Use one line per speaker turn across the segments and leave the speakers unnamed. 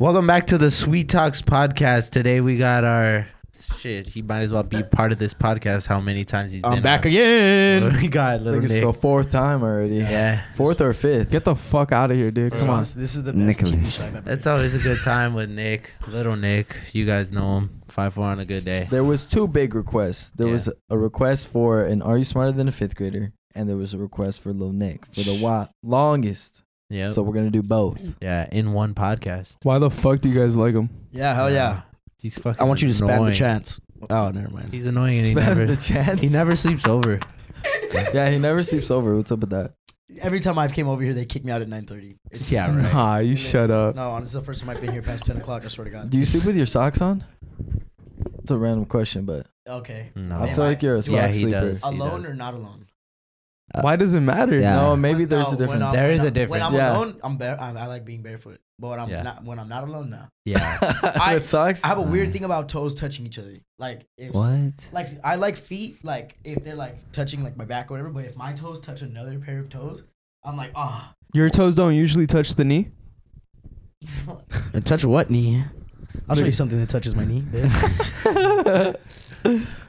Welcome back to the Sweet Talks podcast. Today we got our shit. He might as well be part of this podcast. How many times he's
I'm
been
back
on.
again.
We got
I
little
think it's the
Nick.
fourth time already.
Yeah,
Fourth or fifth.
Get the fuck out of here, dude. Come on.
This is the best
Nicholas.
TV show I've ever
that's always a good time with Nick. Little Nick, you guys know him. Five four on a good day.
There was two big requests. There
Yeah.
was a request for an Are You Smarter Than a Fifth Grader? And there was a request for Lil Nick for the wa- longest.
Yeah,
So we're gonna do both.
yeah, in one podcast.
Why the fuck do you guys like him?
Yeah, hell yeah.
He's fucking.
I want you to spam
annoying.
the chance. Oh, never mind.
He's annoying and he
Spam
never
the chance.
he never sleeps over.
Yeah, he never sleeps over. What's up with that?
Every time I've came over here, they kick me out at 9:30. It's
Yeah, right.
Nah, you shut up.
No, honestly, the first time I've been here past 10 o'clock. I swear to God.
Do you sleep with your socks on? It's a random question, but
Okay.
No,
I
Am
feel
I-
like you're a
do
sock
I-
Oh, Yeah, he
sleeper.
does.
Alone
does.
or not alone?
Why does it matter?
Yeah.
No, Oh, maybe
When-
there's
no,
a
when
difference.
I'm-
There is
when
a
I'm- When I'm
difference.
Yeah.
alone, I'm bare. I, I like being barefoot. But when I'm
Yeah.
not, when I'm not alone, now
Yeah,
I-
with socks?
I have a weird
Mm.
thing about toes touching each other. Like if
What?
like I like feet, like if they're like touching like my back or whatever. But if my toes touch another pair of toes, I'm like, ah.
Your toes don't usually touch the knee.
touch what knee? I'll show you something that touches my knee.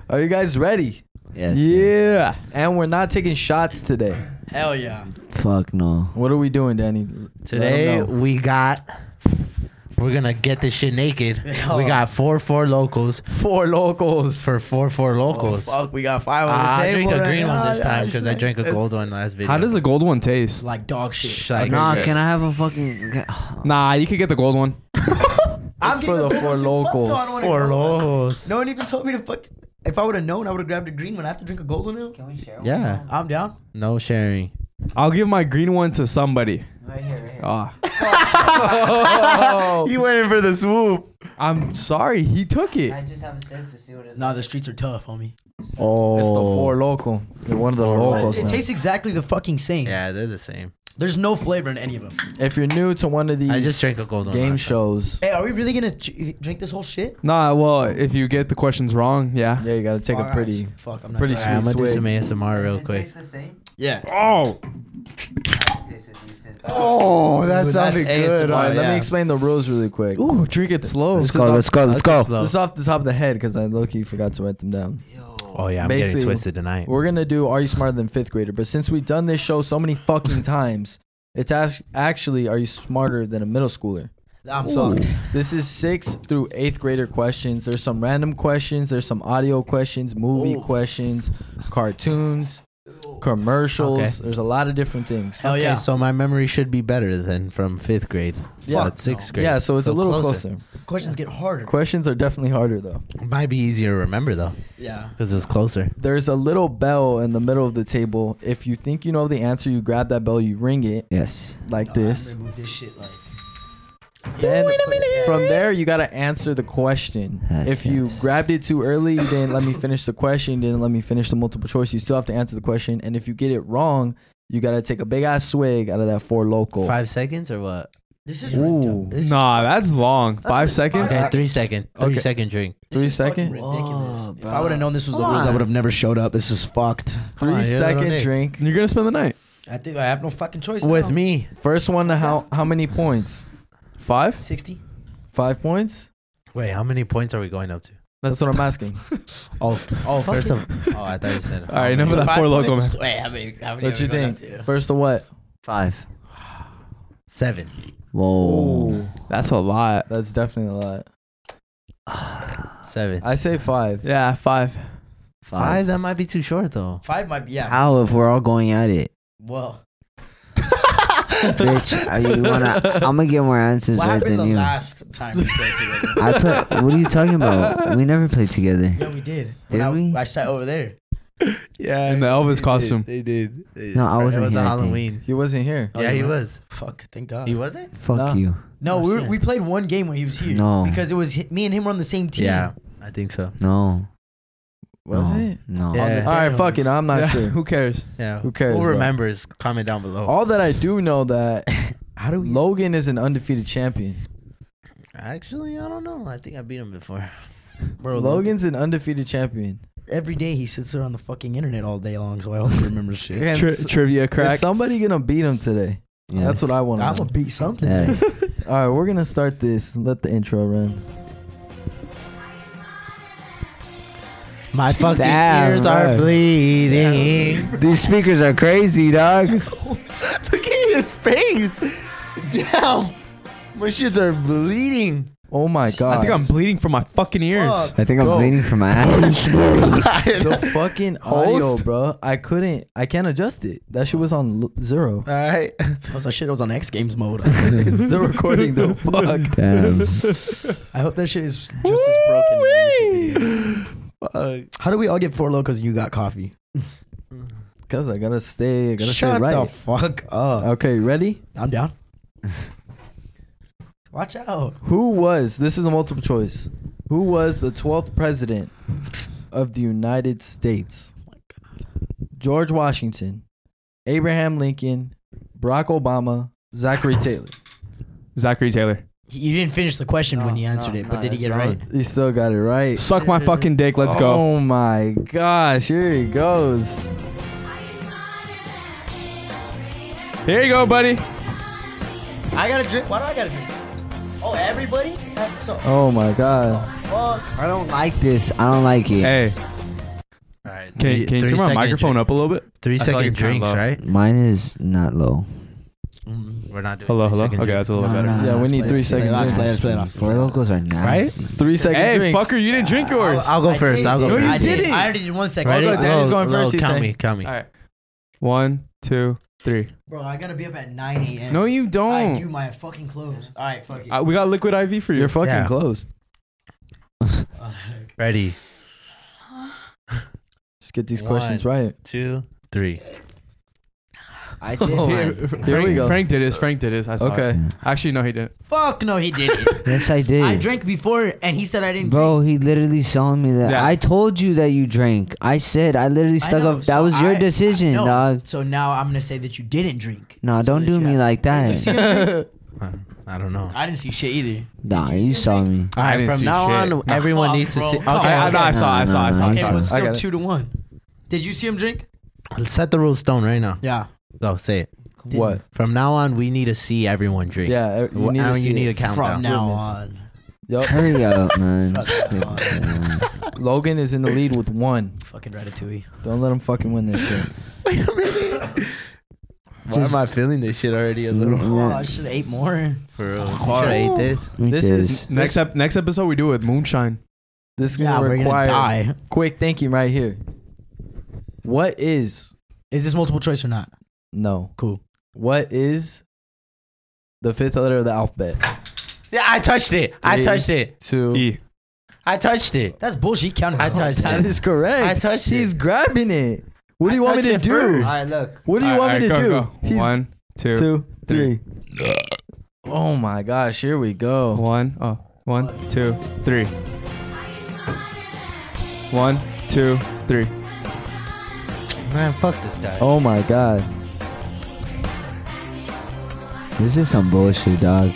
Are you guys ready?
Yes.
Yeah. And we're not taking shots today.
Hell yeah!
Fuck no.
What are we doing, Danny? Let 'em
today
know.
we got. We're gonna get this shit naked. We got four four locals
Four locals.
for four four locals.
Oh, fuck, we got five
Uh,
on the
I
table.
drink a
right
green one
now.
this time because I drank a
It's
gold one last video.
How does a gold one taste?
Like dog shit.
Like,
nah, can I have a fucking?
Nah, you could get the gold one.
It's for
getting
the
a
four
green one, too. Fuck no, I
locals.
don't wanna
four
go.
locals?
No one even told me to fuck. If I would have known, I would have grabbed a green one. I have to drink a golden ale.
Can we share?
Yeah,
I'm down.
no sharing.
I'll give my green one to somebody.
Right here. Right here.
Ah,
Oh.
You went in for the swoop.
I'm sorry, he took it.
I just have a sip to see what it's.
Nah, the streets are tough, homie.
It's the four local. They're one of the locals.
It
now.
tastes exactly the fucking same.
Yeah, they're the same.
There's no flavor in any of them.
if you're new to one of these
I just drank a gold one.
game
last time.
shows,
Hey, are we really gonna ch- drink this whole shit?
Nah, well, if you get the questions wrong, yeah.
yeah, you gotta take a
Alright,
pretty.
fuck. I'm not
pretty
driving.
Alright, I'm gonna do
Swig.
some ASMR real quick.
Taste the same.
Yeah.
Oh,
It tasted decent.
Oh, that
Ooh, sounded that's good. ASMR,
Alright, let
yeah.
me explain the rules really quick.
ooh, drink it slow.
This is off-
go.
This is off the top of the head because I low key forgot to write them down.
Oh yeah, I'm getting
Basically-
twisted tonight.
We're gonna do Are You Smarter Than Fifth Grader? But since we've done this show so many fucking times, it's act- actually Are You Smarter Than a Middle Schooler?
I'm
So
fucked.
this is sixth through eighth grader questions. There's some random questions. There's some audio questions, movie
Ooh.
questions, cartoons, commercials.
Okay. Oh,
There's a lot of different things.
Hell
okay,
yeah.
so my memory should be better than from fifth grade.
Yeah.
But sixth grade.
Yeah, so it's a little closer.
Questions get harder.
Questions are definitely harder though.
Might be easier to remember though,
yeah.
because it was closer.
There's a little bell in the middle of the table. If you think you know the answer, you grab that bell, you ring it
Yes.
like
No,
this.
I'm gonna move this shit like.
Then from there, you gotta answer the question.
Yes,
if you
yes.
grabbed it too early, you didn't let me finish the question, you didn't let me finish the multiple choice, you still have to answer the question. And if you get it wrong, you gotta take a big ass swig out of that four local.
Five seconds or what?
This is
Ooh.
ridiculous. This
Nah, that's long. Five
like
seconds.
Okay,
Yeah.
three second, three second
Okay.
drink.
Three
is fucking
second?
Ridiculous.
Whoa,
if I would have known this was
Come
the rules, I
on.
would have never showed up. This is fucked.
Come on,
Three
you're a
second
little dick.
drink.
You're gonna spend the night.
I think I have no fucking choice.
With
now.
Oh, me,
First one to how how many points?
Five.
sixty.
Five points?
wait, how many points are we going up to?
That's what I'm asking.
Oh, oh, first of oh, I thought you said.
All right, enough of that
Five
four local man.
points? Wait, I mean, I mean,
What you think? First of what?
Five.
Seven.
Whoa.
Ooh,
That's a lot.
that's definitely a lot.
Seven.
Uh,
I say five.
Yeah, five.
Five.
Five.
That might be too short though.
Five might be. Yeah.
How if we're all going at it,
Well,
bitch? Are you wanna? I'm gonna get more answers
what
right
happened the
than you.
last time we played together?
I put. What are you talking about? We never played together.
Yeah, we did. When
Did
I,
we?
I sat over there.
Yeah,
In the Elvis costume.
They did. They did.
No, I wasn't
It was
here,
a
I think.
Halloween.
He wasn't here.
Oh,
yeah,
you
he
were?
was.
Fuck. Thank God.
He wasn't.
Fuck
No.
you.
no,
Oh,
we, were,
shit.
we played one game when he was here.
No.
Because it was hi- me and him were on the same team.
Yeah, I think so.
No.
Was
no,
it?
No.
Yeah.
All right, fuck it. I'm not
Yeah,
sure.
Who cares?
Yeah.
Who cares,
Who
though?
remembers? Comment down below.
Oh. All that I do know that
How do we?
Logan is an undefeated champion.
Actually, I don't know. I think I beat him before.
Bro,
Logan's an undefeated champion.
Every day he sits there on the fucking internet all day long, so I hope he remembers shit.
And
Tri-
s-
trivia
is
crack.
somebody gonna beat him today?
Yes.
That's what I want
I'm
to
gonna
know.
beat something.
Yes.
All right, we're gonna start this. Let the intro run.
My fucking
Damn,
ears
right.
are bleeding.
These speakers are crazy, dog.
Look at his face. Damn. My shits are bleeding.
Oh my god.
I think I'm bleeding from my fucking ears.
Fuck.
I think I'm
Go.
bleeding from my ass.
the
All
fucking audio,
Host?
bro. I couldn't. I can't adjust it. That shit was on l- zero.
Ah.
right.
I was like, shit, it was on X Games mode.
it's still recording though. Fuck.
Damn.
I hope that shit is just as broken. as the music video.
Fuck.
How do we all get four locos and you got coffee?
Cause I gotta stay. I gotta
Shut
stay right.
the fuck up.
okay, ready?
I'm down. Watch out.
Who was? This is a multiple choice. Who was the twelfth president of the United States?
Oh
George Washington, Abraham Lincoln, Barack Obama, Zachary Taylor.
Zachary Taylor.
You didn't finish the question
No,
when you answered
no,
it,
no,
but did he
that's
get it right?
He still got it right.
Suck my fucking dick. Let's go.
Oh my gosh! Here he goes. Oh.
Here you go, buddy.
I got to drink. Why do I got to drink? Oh, everybody? Uh, So,
Oh my god.
fuck.
I don't like this. I don't like it.
Hey,
All right.
can, can you turn my microphone up a little bit?
Three
I feel
second
like it's kinda
drinks,
low.
right?
Mine is not low.
mm.
We're not doing
Hello, hello.
three-second
Okay,
drinks.
that's a little
No,
better.
no,
Yeah,
no,
we need
play
three
it, play
second
it off,
drinks.
play it off. Four locals are nasty.
Three second
Hey,
drinks.
fucker, you didn't drink yours.
I'll go first. I'll go
No,
first.
you
I did.
didn't.
I already did one second.
Ready?
Low, Danny's going
low,
first, he
Count
said.
me. Count me.
All right. One, two, three.
Bro, I got to be up at 9 a.m.
No, you
I do
don't.
my fucking clothes. All right, fuck you.
Uh, we got liquid IV for you.
You're fucking
Yeah.
close.
Uh,
Ready.
Just get these
One.
questions right.
Two, three.
I did.
Oh
Here,
mine.
Frank,
we go.
Frank did his. Frank did his. I saw
Okay.
it. Actually, no, he didn't.
fuck no, he didn't.
Yes, I did.
I drank before and he said I didn't drink.
Bro, he literally saw me that.
Yeah.
I told you that you drank. I said I literally
I
stuck
know,
up. That
so
was your
I-
decision,
no,
dog.
So now I'm gonna say that you didn't drink.
No,
So
don't
that
do
you
me
have-
like that.
Uh, I don't know.
I didn't see shit either.
nah, you saw me.
All right,
didn't
from
see
now
shit.
on, everyone
Fuck,
needs to
bro.
see.
Fuck.
Okay,
Okay,
I, no, I saw. I
No,
saw. I
no,
saw. I
no,
Okay,
saw.
I saw.
but
I
still
got it.
two to one. Did you see him drink?
set the rules stone right now.
Yeah.
Go say it.
What?
From now on, we need to see everyone drink.
Yeah, uh, you
Well,
need
Aaron,
to
you
see
need
it.
a countdown.
From now
Goodness.
on.
Yup.
Hurry up, man.
Logan is in the lead with one.
Fucking ratatouille.
Don't let him fucking win this shit.
Wait a minute. Why am I feeling this shit already a little?
Oh, I should have ate more.
For real. Should I eat this?
This
this
is-
is
Next up, next episode we do it with moonshine.
This is
Yeah,
gonna
we're gonna
require
die.
quick thinking right here. What is
Is this multiple choice or not?
no?
Cool.
What is the fifth letter of the alphabet?
Yeah, I touched it. I
Three.
touched it.
Two.
E.
I touched it.
That's bullshit. Counting.
I touched
That is correct.
I touched it.
He's grabbing it. What do you
I
want me to
touched it
do?
first.
right, look.
What do you
All
want
right,
me to
all right,
do?
go, go.
He's
One, two,
two,
three.
three. Oh my gosh! Here we go.
One, oh, one, two, three. One, two, three.
Man, fuck this guy.
Oh my god.
this is some bullshit, dog.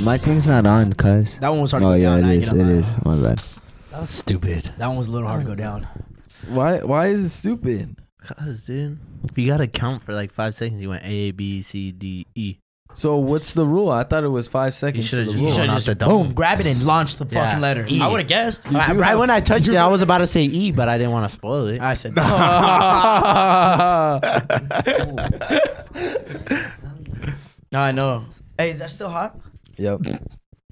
My thing's not on, cuz.
That one was hard
Oh
to go
yeah,
down.
it
I ain't
is.
gonna
It
lie.
is. My bad.
that was stupid.
That one was a little hard to go down.
Why why is it stupid?
Cause, dude, you gotta count for like five seconds. You went A, B, C, D, E.
So what's the rule? I thought it was five
You
seconds.
should
for
have
the
just
rule.
gone
Should've
off
just
the dome.
boom, grab it and launch the
Yeah.
fucking letter.
E.
I would have guessed.
Right, right when I touched it, I was about to say E, but I didn't want to spoil it.
I said No, I know. Hey, is that still hot?
Yep.
Can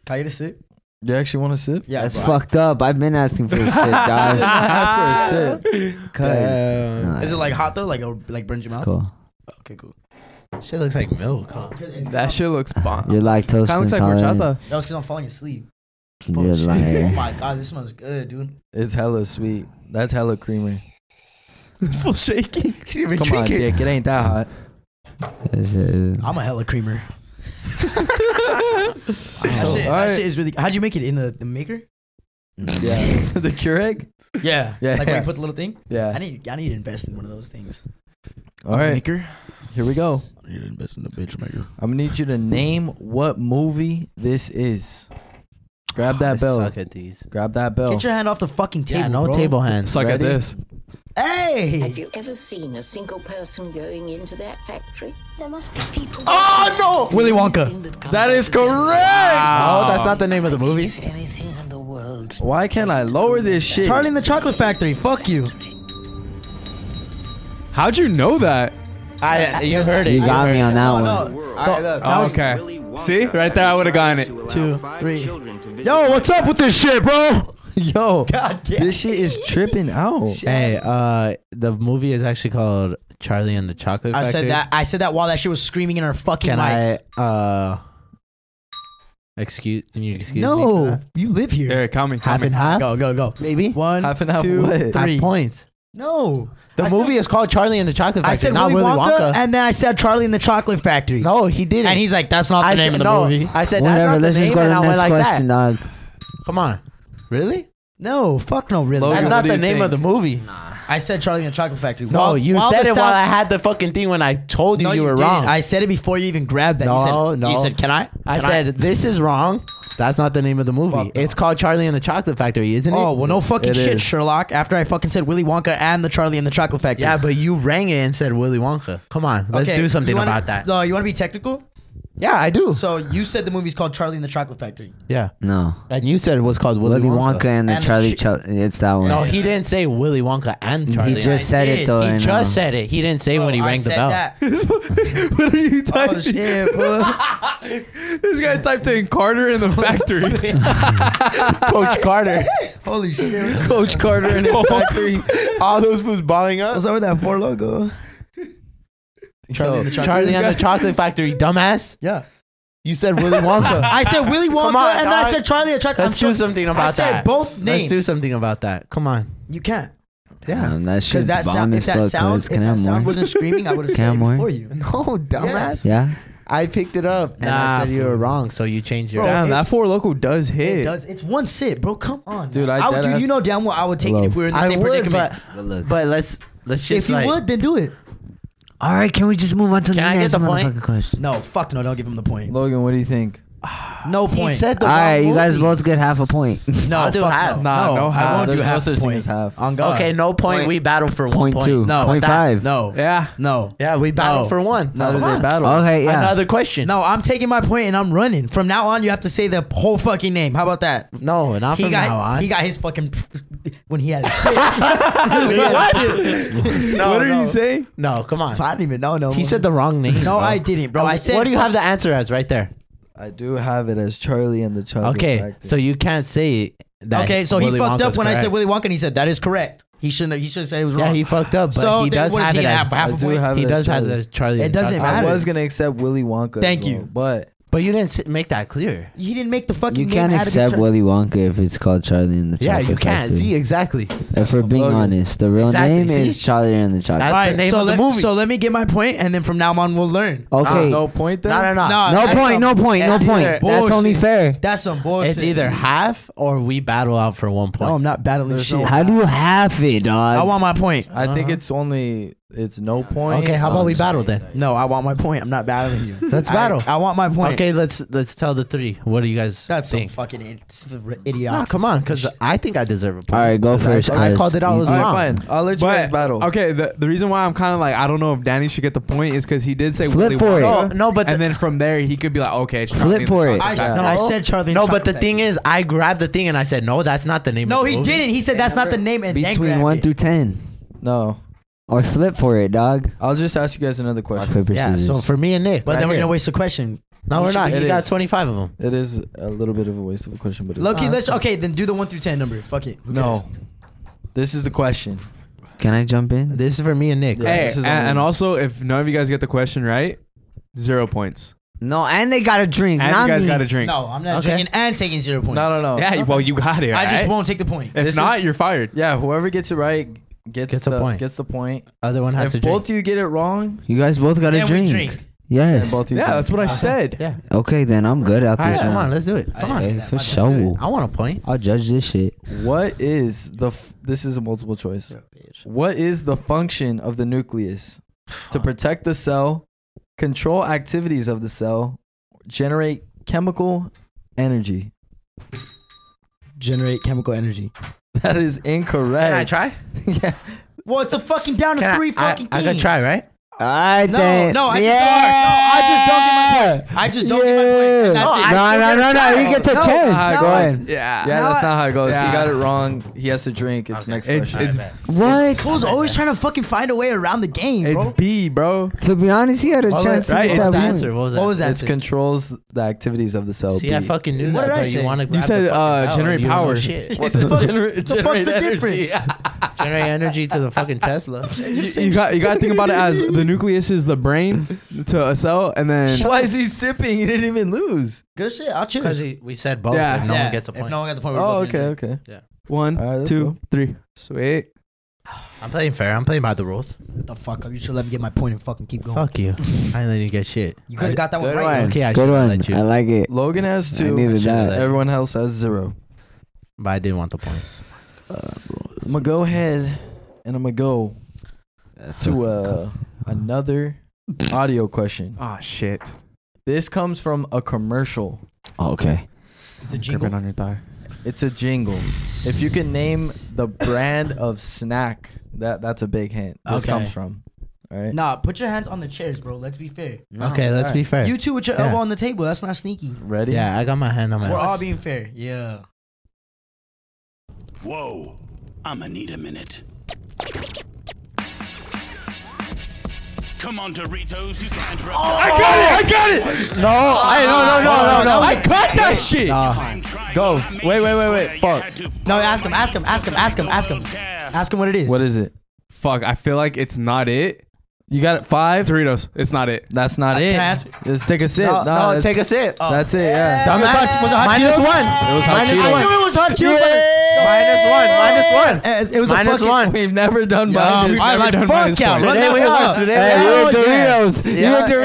I get a sip?
You actually want to sip?
Yeah,
That's fucked up. I've been asking for this shit, dog.
Ask for a sip.
Cuz.
Damn.
Nah,
Is it like hot though? Like a, like burns your mouth?
it's cool.
Okay, cool.
Shit looks like milk. Huh?
That shit looks bomb.
You're lactose
Kind of looks like
intolerant.
horchata.
That was because I'm falling asleep.
You're
Bullshit. Oh
liar.
my god, this smells good, dude.
It's hella sweet. That's hella creamer.
This was shaking.
Come on, dick. It ain't that hot.
Is it-
I'm a hella creamer. that,
So,
shit, that
Oh, alright.
shit is really. How'd you make it in the, the maker?
Yeah. the Keurig?
Yeah,
Yeah,
Like where
yeah.
you put the little thing. I
Yeah.
need, I need to invest in one of those things.
All right.
maker.
Here we go.
I need to invest in the bitch maker.
I'm gonna need you to name what movie this is. Grab that bell.
Suck at these.
Grab that bell.
Get your hand off the fucking table.
Oh. yeah, no
bro.
table hands.
Suck at
Ready?
this.
Have
Hey!
you ever seen a single person going into that factory?
There must be people.
Oh no! Willy Wonka.
That is correct.
oh, that's not the name of the movie.
Anything in the world.
Why can't I lower this shit?
Charlie in the Chocolate Factory. Fuck you.
How'd you know that?
I you heard it.
You got me on that one.
Oh, okay. See, right there, I would have gotten it.
Two, three.
Yo, what's up with this shit, bro? Yo,
God damn.
this shit is tripping out.
Hey, uh, the movie is actually called Charlie and the Chocolate
I
Factory.
said that. I said that while that shit was screaming in our fucking
Can
mics.
I uh excuse? Can you excuse me? for
no,
that?
you live here.
Here, call me. Call
half
me.
and half,
Go, go, go.
maybe.
One,
Half and half
two,
what?
three.
Half points.
No,
The
I
movie is called Charlie and the Chocolate Factory,
I said
not
Willy, Wonka,
Wonka.
and then I said Charlie in the Chocolate Factory.
no, he didn't.
and he's like, "That's not the
I
name
said,
of the
no,
movie."
I said that's
Whatever.
not
Let's
the
just
name,
go to
and
the
I went
next
like
question,
that.
dog.
Come on, really?
No, fuck no, really.
Logan,
That's
what
not
do
the
you
name of
think?
the movie.
I said Charlie in the Chocolate Factory.
No,
While-
you
while
said
the
it while
sound-
I had the fucking thing when I told you
No,
you, were
didn't.
wrong.
I said it before you even grabbed that.
No,
you said,
no.
You said, "Can I?"
I
Can
said this is wrong. That's not the name of the movie.
Fuck no.
It's called Charlie and the Chocolate Factory, isn't it?
Oh well, no fucking
It
shit,
is.
Sherlock. After I fucking said Willy Wonka and the Charlie and the Chocolate Factory.
yeah, but you rang it and said Willy Wonka. Come on, let's
Okay,
do something
you wanna-
about that.
No, you want to be technical?
Yeah, I do.
So you said the movie's called Charlie and the Chocolate Factory.
yeah,
No.
and you said it was called Willy,
Willy Wonka and the
And the
Charlie
chi-
Cho- It's that one.
No, he didn't say Willy Wonka and Charlie.
he just said
did.
it though.
He
and,
just
uh,
said it. He didn't say
Oh,
when he
I
rang the
said
bell.
that.
what are you typing?
Oh shit, bro.
This guy typed in Carter in the factory.
Coach Carter.
Holy shit.
Coach Carter and
Oh.
his factory.
All those fools balling up.
up with that four logo? Charlie and the Chocolate.
Charlie and the Chocolate Factory, dumbass.
Yeah.
You said Willy Wonka.
I said Willy Wonka,
on,
and then I
dog.
said Charlie and the Chocolate.
Let's
I'm
do
so-
something
I
about
said
that.
both
Let's
names.
do something about that. Come on.
you can't.
Yeah.
Damn, that
Because
shit's
that
bomb
sound, if
as
that sound,
fuck. Sounds,
if
Can I
that
have more?
sound wasn't screaming, I would have
Can
said
I have
it
more?
for you.
No, dumbass.
yeah.
I picked it up and I
Nah,
said you were wrong, so you changed your.
Damn, that
it's-
four local does hit.
It does. It's one sip, bro. Come on,
Dude,
man.
I
would- dude,
deadass-
you know damn well I would take it if we were in the
I
same
would,
predicament.
but but let's let's just
if you
like,
would, then do it.
All right, can we just move on to the
Can I get
next
the point?
motherfucking question?
No, fuck no. Don't give him the point.
Logan, what do you think?
No
He
point.
said the
All right,
wrong
you guys
movie.
both get half a point.
no,
I'll do
fuck
half.
No.
Nah, no half.
I won't
There's
do
no
half.
such thing
point.
as half.
On God.
Okay, no point.
Point-
We battle for one
Point
point.
two.
No,
Point
that-
five.
No.
Yeah.
No.
Yeah, we battle
No.
for one.
How do
Come
they
on.
battle?
Okay, yeah.
Another question.
No, I'm taking my point and I'm running. From now on, you have to say the whole fucking name. How about that?
no, not
He
from
got
now on.
he got his fucking when he had his shit.
no,
what are
no.
you saying?
No, come on.
I didn't even know. No,
He said the wrong name.
no.
bro.
I didn't, bro. I said
What do you have the answer as right there?
I do have it as Charlie and the Chocolate
Okay,
Factory.
so you can't say that.
Okay, so he
Willy
fucked
Wonka's
up when I said
correct.
Willy Wonka, and he said that is correct. He shouldn't. Have, he should have said it was wrong.
Yeah, he fucked up, but
so
he
then
does
what is
have
he
it.
gonna
As,
have? Half
I
a
do
point.
have
he
it
does have
as
it
Charlie.
as Charlie.
It
and
doesn't
Chocolate.
I
matter.
was gonna accept Willy Wonka. as
Thank
well,
you.
but
But you didn't s- make that clear.
he didn't make the fucking.
You
name
can't
out of
accept
his-
Willy Wonka if it's called Charlie and the
Yeah,
Chocolate
you can't.
Factory.
See, exactly.
If we're being
Logan.
honest, the real
Exactly,
name
see?
is Charlie and the Chocolate.
That's
All right,
the name
so
of the
let,
movie.
So let me get my point, and then from now on, we'll learn.
okay.
Uh, no point then.
No, no, no.
No,
No
that's
point,
some-
no point, no
that's
point.
either-
That's only
bullshit.
fair.
That's some bullshit.
It's either half or we battle out for one
No,
point.
I'm not battling
There's
shit.
no-
How do you half it, dog?
I want my point.
I think it's only it's no point.
Uh-huh. okay, how about we battle then?
No, I want my point. I'm not battling you.
Let's battle.
I, I want my point.
Okay, let's let's tell the three. What do you guys
That's some
think?
fucking idi- idiotic.
Nah, come on, because I think I deserve a point.
All right, go
'Cause I-
first,
I,
guys.
called it all
You-
as
All
wrong.
right, fine. I'll let you guys battle.
Okay, the, the reason why I'm kind of like I don't know if Danny should get the point is because he did say
Flip
Willy
for it.
Wonka,
No, no, but
and
the-
then from there he could be like, okay, it's Charlie
Flip
and the
for it.
Chocolate
I,
Factory.
No.
I said Charlie. and
No, but the
Chocolate
thing is, I grabbed the thing and I said, no, that's not the name.
Factory. No,
of the
he
movie."
didn't. He said that's not the name. And then
Between
grabbed
one
it.
through ten,
No,
or flip for it, dog.
I'll just ask you guys another
Rock
question.
paper
Yeah,
scissors.
so for me and Nick,
But
but
then we're
here.
gonna waste a question.
no, we're not.
It
You got
is.
twenty-five of them.
It is a little bit of a waste of a question, but it's
Lucky,
Uh,
let's okay. Then do the one through ten number. Fuck it. Who
no.
cares?
This is the question.
Can I jump in?
This is for me and Nick.
Yeah,
Hey,
this is
and,
only-
and also if none of you guys get the question right, zero points.
No, and they got a drink.
And
not
you guys
me.
got to drink.
No, I'm not
Okay.
drinking and taking zero points.
No, no, no.
Yeah, well you got it.
I just
right?
won't take the point.
If
This
not,
is-
you're fired.
Yeah, whoever gets it right gets,
Gets a
the,
point.
Gets the point.
Other one has
if
to
both
drink.
you get it wrong,
You guys both got
Then
a
we
drink.
drink.
then
Yes.
both you.
Yeah,
drink.
that's what I said.
yeah.
Okay, then I'm good at
All
this
right, come on,
round.
let's do it. Come on.
Okay, for
Let's do
sure.
it. I want a point.
I'll judge this shit.
What is the? F- this is a multiple choice. What is the function of the nucleus? To protect the cell, control activities of the cell, generate chemical energy.
Generate chemical energy.
That is
Can I
incorrect.
try?
yeah.
Well, it's a fucking down to
Can I-
three
I,
fucking
I,
things.
gotta try, right?
I
No,
think.
no, I just
yeah!
don't. No, I just don't get my point. I just don't get my point. And that's it.
No, I- no, no, no, you get to
No,
chance.
no,
Go
it's-
ahead.
Yeah.
Yeah,
Now
that's
I-
not how it goes.
Yeah.
He got it wrong. He has to drink. It's
Okay.
next
It's-
question.
it's-
Alright, bet.
What?
Fool's always trying to fucking find a way around the game,
It's
bro.
B, bro.
To be honest, he had a
What
chance
was,
to
right,
get
what's
that
the
one.
answer? What was that?
What was that?
It controls the activities of the cell.
See, I
B.
fucking knew that.
What did I
but
say?
You, wanna
You
grab the fucking
said, uh,
ballot and
generate
you don't know
power.
Shit.
What's the fuck's, the, fuck's the difference?
generate energy to the fucking Tesla.
You, you got you got to think about it as the nucleus is the brain to a cell, uh, and then
Why is he sipping? He didn't even lose.
Good shit. I'll choose.
Because we said both,
Yeah.
and no
Yeah,
one gets a
If
point.
no one got the point, we're
Oh,
both
okay,
gonna
okay.
one,
All right, that's
two,
cool.
three. Sweet.
I'm playing fair. I'm playing by the rules.
do it. Get the fuck up. You should let me get my point and fucking keep going.
Fuck you. I didn't let you get shit.
You could have got that one
Good
right.
one.
Okay, I
Good
should've
one.
let you.
I like it.
Logan has
I
two.
needed that.
Everyone else has zero.
But I didn't want the point.
I'm gonna go ahead and I'm gonna go to uh, another audio question.
Oh shit.
This comes from a commercial.
Oh, okay.
It's a jingle.
Gripping on your thigh.
It's a jingle. If you can name the brand of snack, that that's a big hint. This
Okay.
comes from. All right.
Nah, put your hands on the chairs, bro. Let's be fair.
okay, let's be fair.
You two with your
Yeah.
elbow on the table. That's not sneaky.
Ready?
yeah, I got my hand on my.
We're all
ass.
being fair. Yeah.
Whoa, I'ma need a minute. Come on, Doritos, you can't interrupt.
Oh,
I got it! I got it! No, I no no no no no! I caught that shit.
I'm trying
Go.
to- I made
Wait, wait,
you
wait, wait.
swear you
Fuck.
had to-
No, ask him. Ask him. Ask him. Ask him. Ask him. Ask him what it is.
What is it?
Fuck! I feel like it's not it.
You got it. Five.
Doritos. It's not it.
That's not
I
it.
can answer.
Let's take a sip.
No,
Nah,
no,
it's-
take a sip.
That's it. Yeah.
Dumbass.
Was it hot
Minus
Cheetos?
one.
It was hot
Minus
Cheetos.
one.
I knew it was hot Cheetos.
Minus one. Minus one.
It, was
Minus
a fucking,
one.
We've never done
Yeah,
mine.
we've never done
fuck
minus
yeah,
points.
run
Today
that
we
one
are.
up.
Today
Hey,
we
you
are.
were Doritos. You were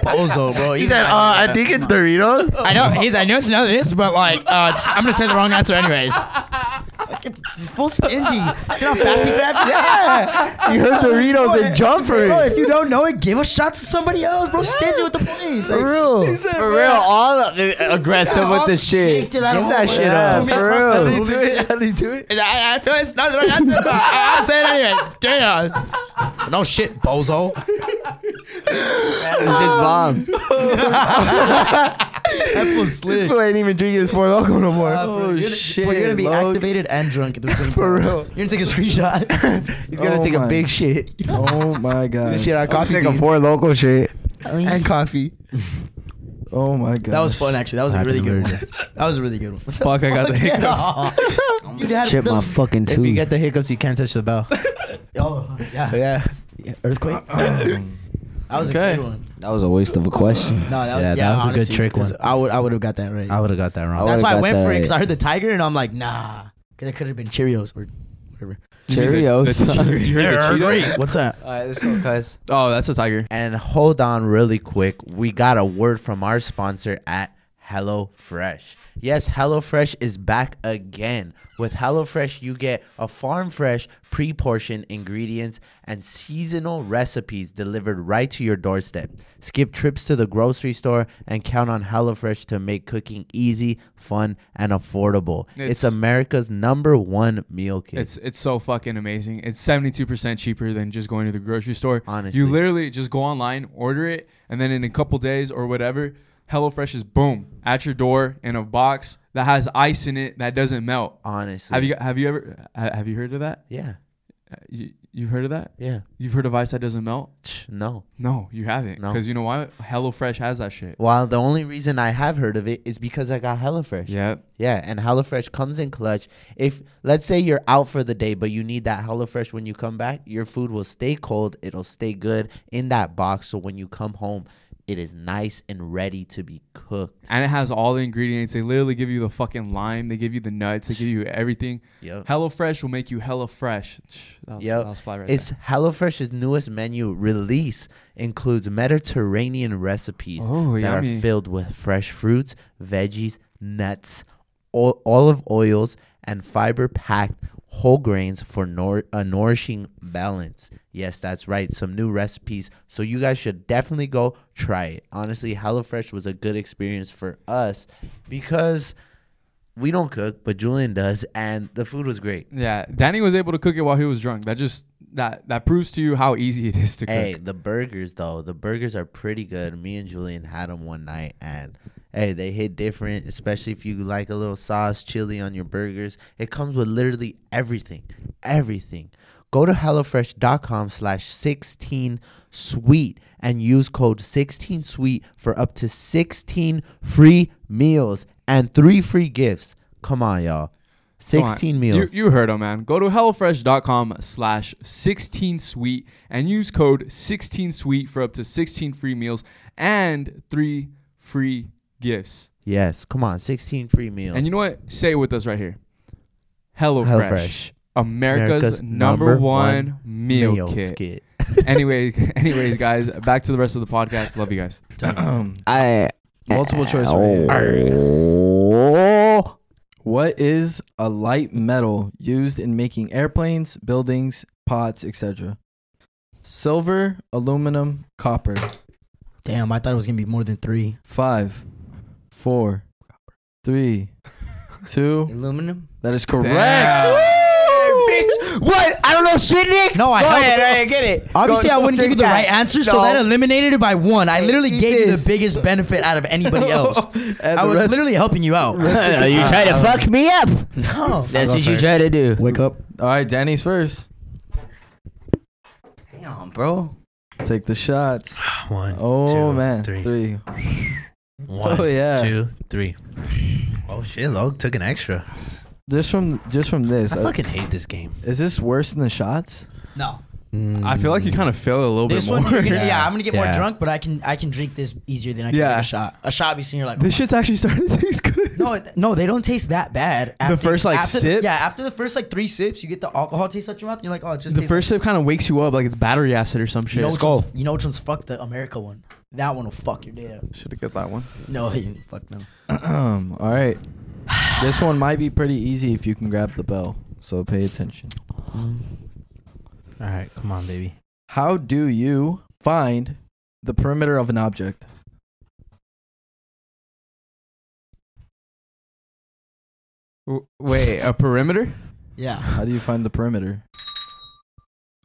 Bozo, bro.
He said, uh, I think it's Doritos.
I know he's I know it's none of this, but like uh, it's- I'm gonna say the wrong answer anyways. Full stingy. Sit on Bassy
Yeah. You heard Doritos and jump for
Bro,
it.
if you don't know it, give a shot to somebody else, bro. Stingy with the points. Like,
For real. For real. All of- aggressive with the shit.
Give
Give that shit
Yeah,
up.
for real.
do it? How do you do it?
I, I feel it's not the right answer, but I, I'm saying it anyway. Doritos. No shit, bozo.
It's just bomb.
This fool ain't even drinking his four loco no more.
oh, you're, shit. You're gonna be activated and drunk at the same time. For real. You're gonna take a screenshot.
He's gonna
Oh
take
my.
a big shit.
Oh my
This
god.
shit on coffee
Take a
beans
four local shit.
and coffee.
Oh my god.
That was fun, actually. That was a
Happy
really good one.
America.
That was a really good one.
Fuck! I got the hiccups.
you had
Chip
the-
my fucking
If you
tooth.
get the hiccups, you can't touch the bell.
Oh, yeah.
yeah.
Earthquake. that was
Okay.
a good one.
That was a waste of a question.
No, that was,
Yeah,
yeah,
that was a good
honestly,
trick
'cause
one.
I would, I would have got that right.
I would have got that wrong.
I
That's
would've
why I
got
went
that
for it because I
right.
heard the tiger and I'm like, nah, because it could have been Cheerios or whatever.
Cheerios.
You heard the Cheetos?
What's that?
All right, let's go, guys.
Oh, that's a tiger.
And hold on really quick. We got a word from our sponsor at HelloFresh. Yes, HelloFresh is back again. With HelloFresh, you get a farm fresh, pre portioned ingredients and seasonal recipes delivered right to your doorstep. Skip trips to the grocery store and count on HelloFresh to make cooking easy, fun, and affordable. It's,
It's-
America's number one meal kit.
It's it's so fucking amazing. It's seventy two percent cheaper than just going to the grocery store.
Honestly.
you literally just go online, order it, and then in a couple days or whatever, HelloFresh is boom at your door in a box that has ice in it that doesn't melt.
honestly.
Have you have you ever ha- have you heard of that?
yeah.
You, you've heard of that?
Yeah.
You've heard of ice that doesn't melt?
Tch, No.
No, you haven't.
No.
Because you know why? HelloFresh has that shit.
Well, the only reason I have heard of it is because I got HelloFresh.
Yep.
Yeah, and HelloFresh comes in clutch. If let's say you're out for the day, but you need that HelloFresh when you come back, your food will stay cold. It'll stay good in that box. So when you come home, it is nice and ready to be cooked.
and it has all the ingredients. They literally give you the fucking lime. They give you the nuts. They give you everything.
Yep.
HelloFresh will make you hella fresh. That was, that
Uh. Yep.
was fly right
it's
there.
HelloFresh's newest menu release includes Mediterranean recipes
Oh,
that
yummy.
are filled with fresh fruits, veggies, nuts, ol- olive oils, and fiber-packed whole grains for nour- a nourishing balance. Yes, that's right. Some new recipes. So you guys should definitely go try it. Honestly, HelloFresh was a good experience for us because we don't cook, but Julian does, and the food was great.
Yeah, Danny was able to cook it while he was drunk. That just that that proves to you how easy it is to cook.
Hey, the burgers though, the burgers are pretty good. Me and Julian had them one night, and hey, they hit different. Especially if you like a little sauce, chili on your burgers. It comes with literally everything, everything. Go to hellofresh.com/slash16sweet and use code 16sweet for up to 16 free meals and three free gifts. Come on, y'all.
Come on.
16 meals.
You, you heard him, man. Go to HelloFresh.com slash 16sweet and use code 16sweet for up to 16 free meals and three free gifts.
yes, come on, 16 free meals.
And you know what? Say it with us right here. HelloFresh.
HelloFresh.
America's,
America's
number,
number
one,
one
meal,
meal
kit.
kit.
anyway, anyways, guys, back to the rest of the podcast. Love you guys.
I
Multiple choice right here.
Oh.
What is a light metal used in making airplanes, buildings, pots, etc.? Silver, aluminum, copper.
Damn, I thought it was gonna be more than three.
Five, four, three, two.
Aluminum.
That is correct.
What? I don't know shit, Nick.
No, I
Go
helped-
ahead, I didn't get it.
Obviously,
Go-
I wouldn't
go
give you the
drink
right
that.
answer, so
No.
that eliminated it by one. I literally
eat
gave you
this.
the biggest benefit out of anybody else. I was literally helping you out.
you try to fuck me up.
No.
That's what you try to do.
Wake up.
All right, Danny's first.
Damn, bro.
Take the shots.
One,
Oh
two,
man,
three.
three.
One,
Oh, yeah.
two, three. Oh shit, Log took an extra.
Just from just from this,
I
uh,
fucking hate this game.
is this worse than the shots?
No.
I feel like you kind of failed a little
This
bit
one,
more.
you're gonna, yeah, I'm gonna get
Yeah.
more drunk, but I can I can drink this easier than I can
Yeah.
drink a shot. A shot, be seen, you're like,
this shit's actually starting to taste good.
No, it- no, they don't taste that bad. After,
first, like,
after,
sip?
Yeah, after the first like three sips, you get the alcohol taste out your mouth. And you're like, oh, it just
the
tastes
first sip kind of wakes you up like it's battery acid or some
Like, you
shit.
know which one's- You know which one's fuck the America one. That one will fuck your day up.
Should have got that one.
No, he didn't fuck no.
Um. All right. This one might be pretty easy if you can grab the bell. So pay attention.
Mm. All right, come on, baby.
How do you find the perimeter of an object?
Wait, a perimeter?
Yeah.
How do you find the perimeter?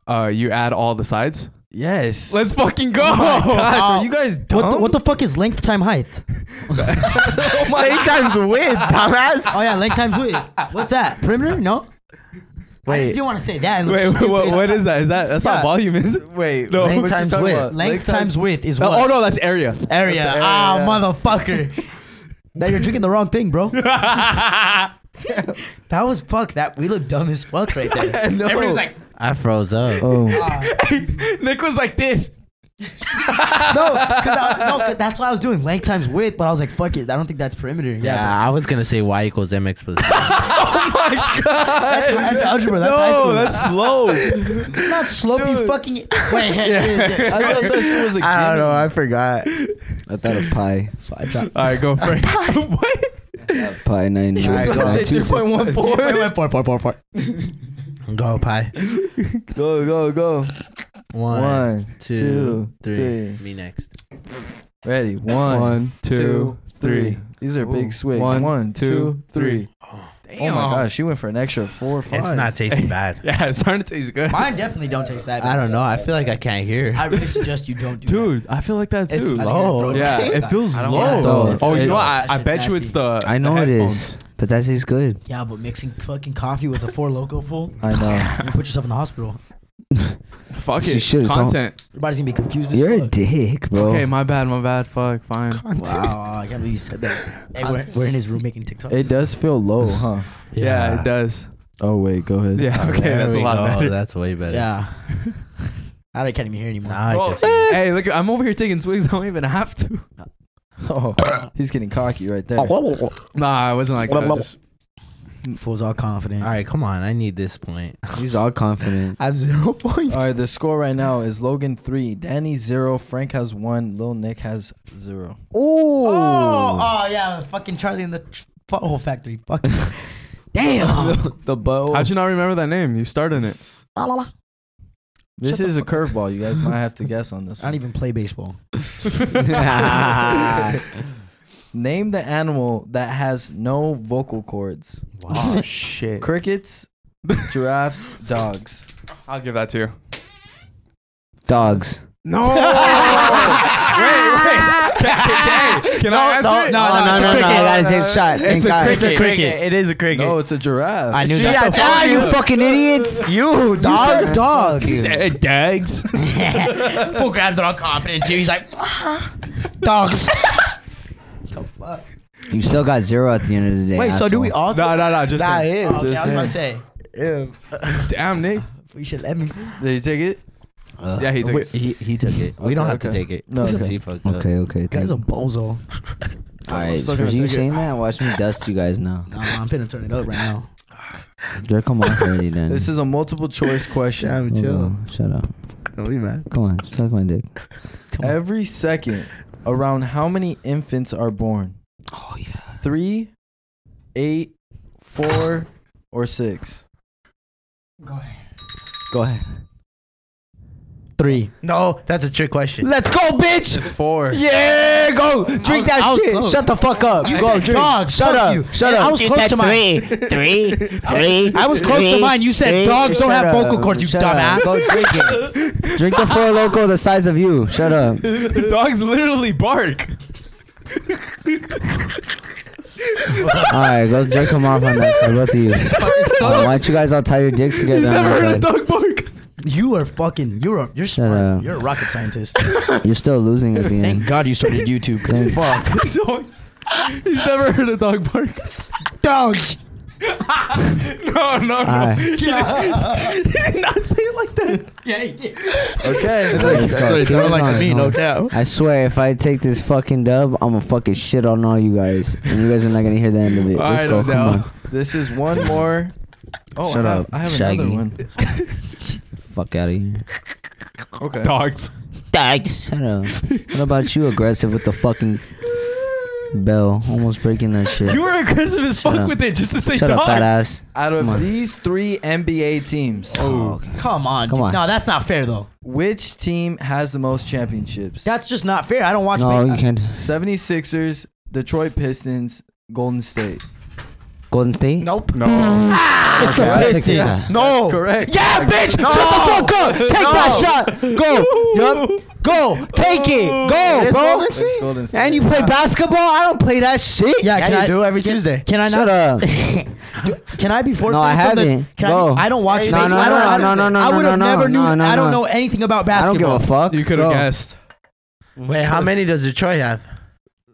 Uh, you add all the sides. Oh
Yes.
Let's fucking go!
Gosh, are you guys dumb?
What the, what the fuck is length time height?
Three times win, dumbass.
Oh yeah, length times width. What's that? Perimeter? No. I
Wait.
just didn't want to say that. and look
wait, wait,
stupid.
what, what is that? Is that that's not
Yeah.
volume? Is it? Wait, no.
Length
what you
times
talking
width.
about?
Length times width is what?
Oh no, that's area.
Area.
That's the
Ah,
area.
motherfucker. Now you're drinking the wrong thing, bro. that was fuck. That we look dumb as fuck right there. Everyone's like,
I froze up.
Oh,
Nick was like this.
no, 'cause I- no, 'cause that's what I was doing. Length times width, but I was like, fuck it. I don't think that's perimeter. Yeah,
yeah, I was gonna say y equals mx plus.
but that's, that's algebra. That's high
No,
school.
that's slow.
it's not slope. You fucking wait. yeah.
I thought that shit was a
I don't
given.
know. I forgot.
I thought of pie.
All right, go Frank. what?
Pie nine. nine,
gonna say
nine, two, six.
Go pie.
Go go go. One, two, three.
Me next.
Ready. One,
two, three.
These are
Ooh.
big swigs.
One,
One,
two,
two, three.
Damn.
Oh my gosh, she went for an extra four or five.
It's not tasting bad.
Yeah, it's starting to taste good.
Mine definitely don't taste that.
I don't know. I feel like I can't hear.
I really suggest you don't do that.
Dude, I feel like that too.
It's
low. low.
Yeah, it feels
I don't
low.
like it.
oh, you
It-
know what? I,
That
I
shit's
bet you
nasty.
it's the.
I know it is, but that tastes good.
Yeah, but mixing fucking coffee with a four loco full,
I know.
you put yourself in the hospital.
Fuck
You
it.
should've told-
Content.
Your body's gonna be confused. As
You're a
fuck.
dick, bro.
Okay, my bad, my bad. Fuck, fine.
Wow, I can't believe you said that. Hey, we're, we're in his room making TikToks.
It does feel low, huh?
Yeah, it does.
Oh wait, go ahead.
Yeah, okay,
There
that's a
we
lot
go.
better.
That's way better.
yeah. I can't even hear anymore.
Now I
Oh,
can see.
hey, look, I'm over here taking swigs. I don't even have to.
Oh, he's getting cocky right there.
Nah, I wasn't like that. Just-
Fool's all confident.
All right, come on. I need this point.
He's all confident.
I have zero points.
All right, the score right now is Logan three, Danny zero, Frank has one, Lil Nick has zero.
Oh, oh yeah, fucking Charlie in the tr- butthole factory. Fucking damn.
The bow.
How'd you not remember that name? You started it.
This is a curveball. You guys might have to guess on this.
I don't
One.
even play baseball.
Name the animal that has no vocal cords.
Wow, shit.
Crickets, giraffes, dogs.
I'll give that to you.
Dogs.
No. wait, wait. Can, can, can, can I answer it?
no, no, no, no, I gotta take a shot. Thank
It's a
God.
cricket. It's a cricket. It is a cricket.
No, it's a giraffe.
I knew
See,
that.
I told Ah, you, fucking idiots.
You
Dog,
dog.
dog.
Dags.
Full grabs it all confident too. He's like,
Dogs. You still got zero at the end of the day.
Wait, so do we
asshole.
all?
No, no, no. Just
Nah,
say.
him.
oh, okay, I was about to say,
Damn, Nick. Uh,
you should let me.
Did you take it?
Yeah, he took
We-
it.
He, he took it. We don't have to take it.
No,
Because
okay.
he fucked up.
Okay, okay.
Guy's
Thank
a
you.
bozo.
All right,
still
for
gonna
you
take it.
saying that, watch me dust you guys now.
Nah, I'm finna turn it up right now.
They're come off already then.
This is a multiple choice question.
Damn,
Oh,
chill.
Shut up.
Don't be mad.
Come on, suck my dick.
Every second, around how many infants are born?
Oh yeah.
Three, eight, four, or six?
Go ahead.
Go ahead.
Three.
No, that's a trick question.
Let's go,
It's
bitch.
four.
Yeah, go drink that
I was
shit.
close.
Shut the fuck up. You go drink. shut up. Shut up.
I was close to mine.
Three, three.
I was close to mine. You said dogs don't have vocal cords, you
shut
dumbass.
Up. Go drink it. drink the four loco the size of you. Shut up.
Dogs literally bark.
All right, go jerk some off on that. How about you? I want you guys all tie your dicks together. on that side.
dog bark.
You are fucking. You're a. You're smart.
up.
You're a rocket scientist.
You're still losing at the
Thank
end.
God you started YouTube. 'cause
Thank-
fuck.
He's, always, he's never heard a dog bark.
Dogs.
No, no, no.
Alright.
He, did, he did not say it like that.
Yeah, he did.
Okay.
All right, let's go. Keep it going, come on.
doubt.
I swear, if I take this fucking dub, I'm a fucking shit on all you guys, and you guys are not gonna hear the end of it.
All
Let's
right,
go,
I'm
come
down.
on.
This is one more. Oh,
Shut
I have,
up,
I have
Shaggy.
another one.
Fuck out of here.
Okay.
Dogs.
Shut up. What about you, aggressive with the fucking bell? Almost breaking that shit.
You were aggressive as
Shut
fuck
up.
with it just to say
Shut
dogs.
up, fat ass.
Out
Come
of
on.
these three NBA teams,
Oh, okay.
Come on.
Come
dude.
on.
No, that's not fair though.
which team has the most championships?
That's just not fair. I don't watch.
No,
ba-
you can't.
76ers, Detroit Pistons, Golden State.
Golden State.
Nope.
No.
it's
okay.
the Pistons.
Pistons.
No.
Oh.
That's correct.
Yeah, bitch! Shut the fuck up! Take that shot! Go! yup! Go! Take it! Go,
It's
bro!
Golden State.
It's Golden State.
And you play basketball? I don't play that shit.
Yeah,
Yeah,
can
you
I
do every Tuesday.
Can I
Shut
not?
up.
Can I be forced?
No, I
to something?
haven't.
Can
Go.
I, be, I don't watch
Hey,
baseball.
no, no,
I
no,
don't,
no, no, no,
I would have
no, no,
never knew.
no, no,
I don't
no.
know anything about
I don't give
basketball.
a fuck.
You could
Go.
have guessed.
Wait, how many does Detroit have?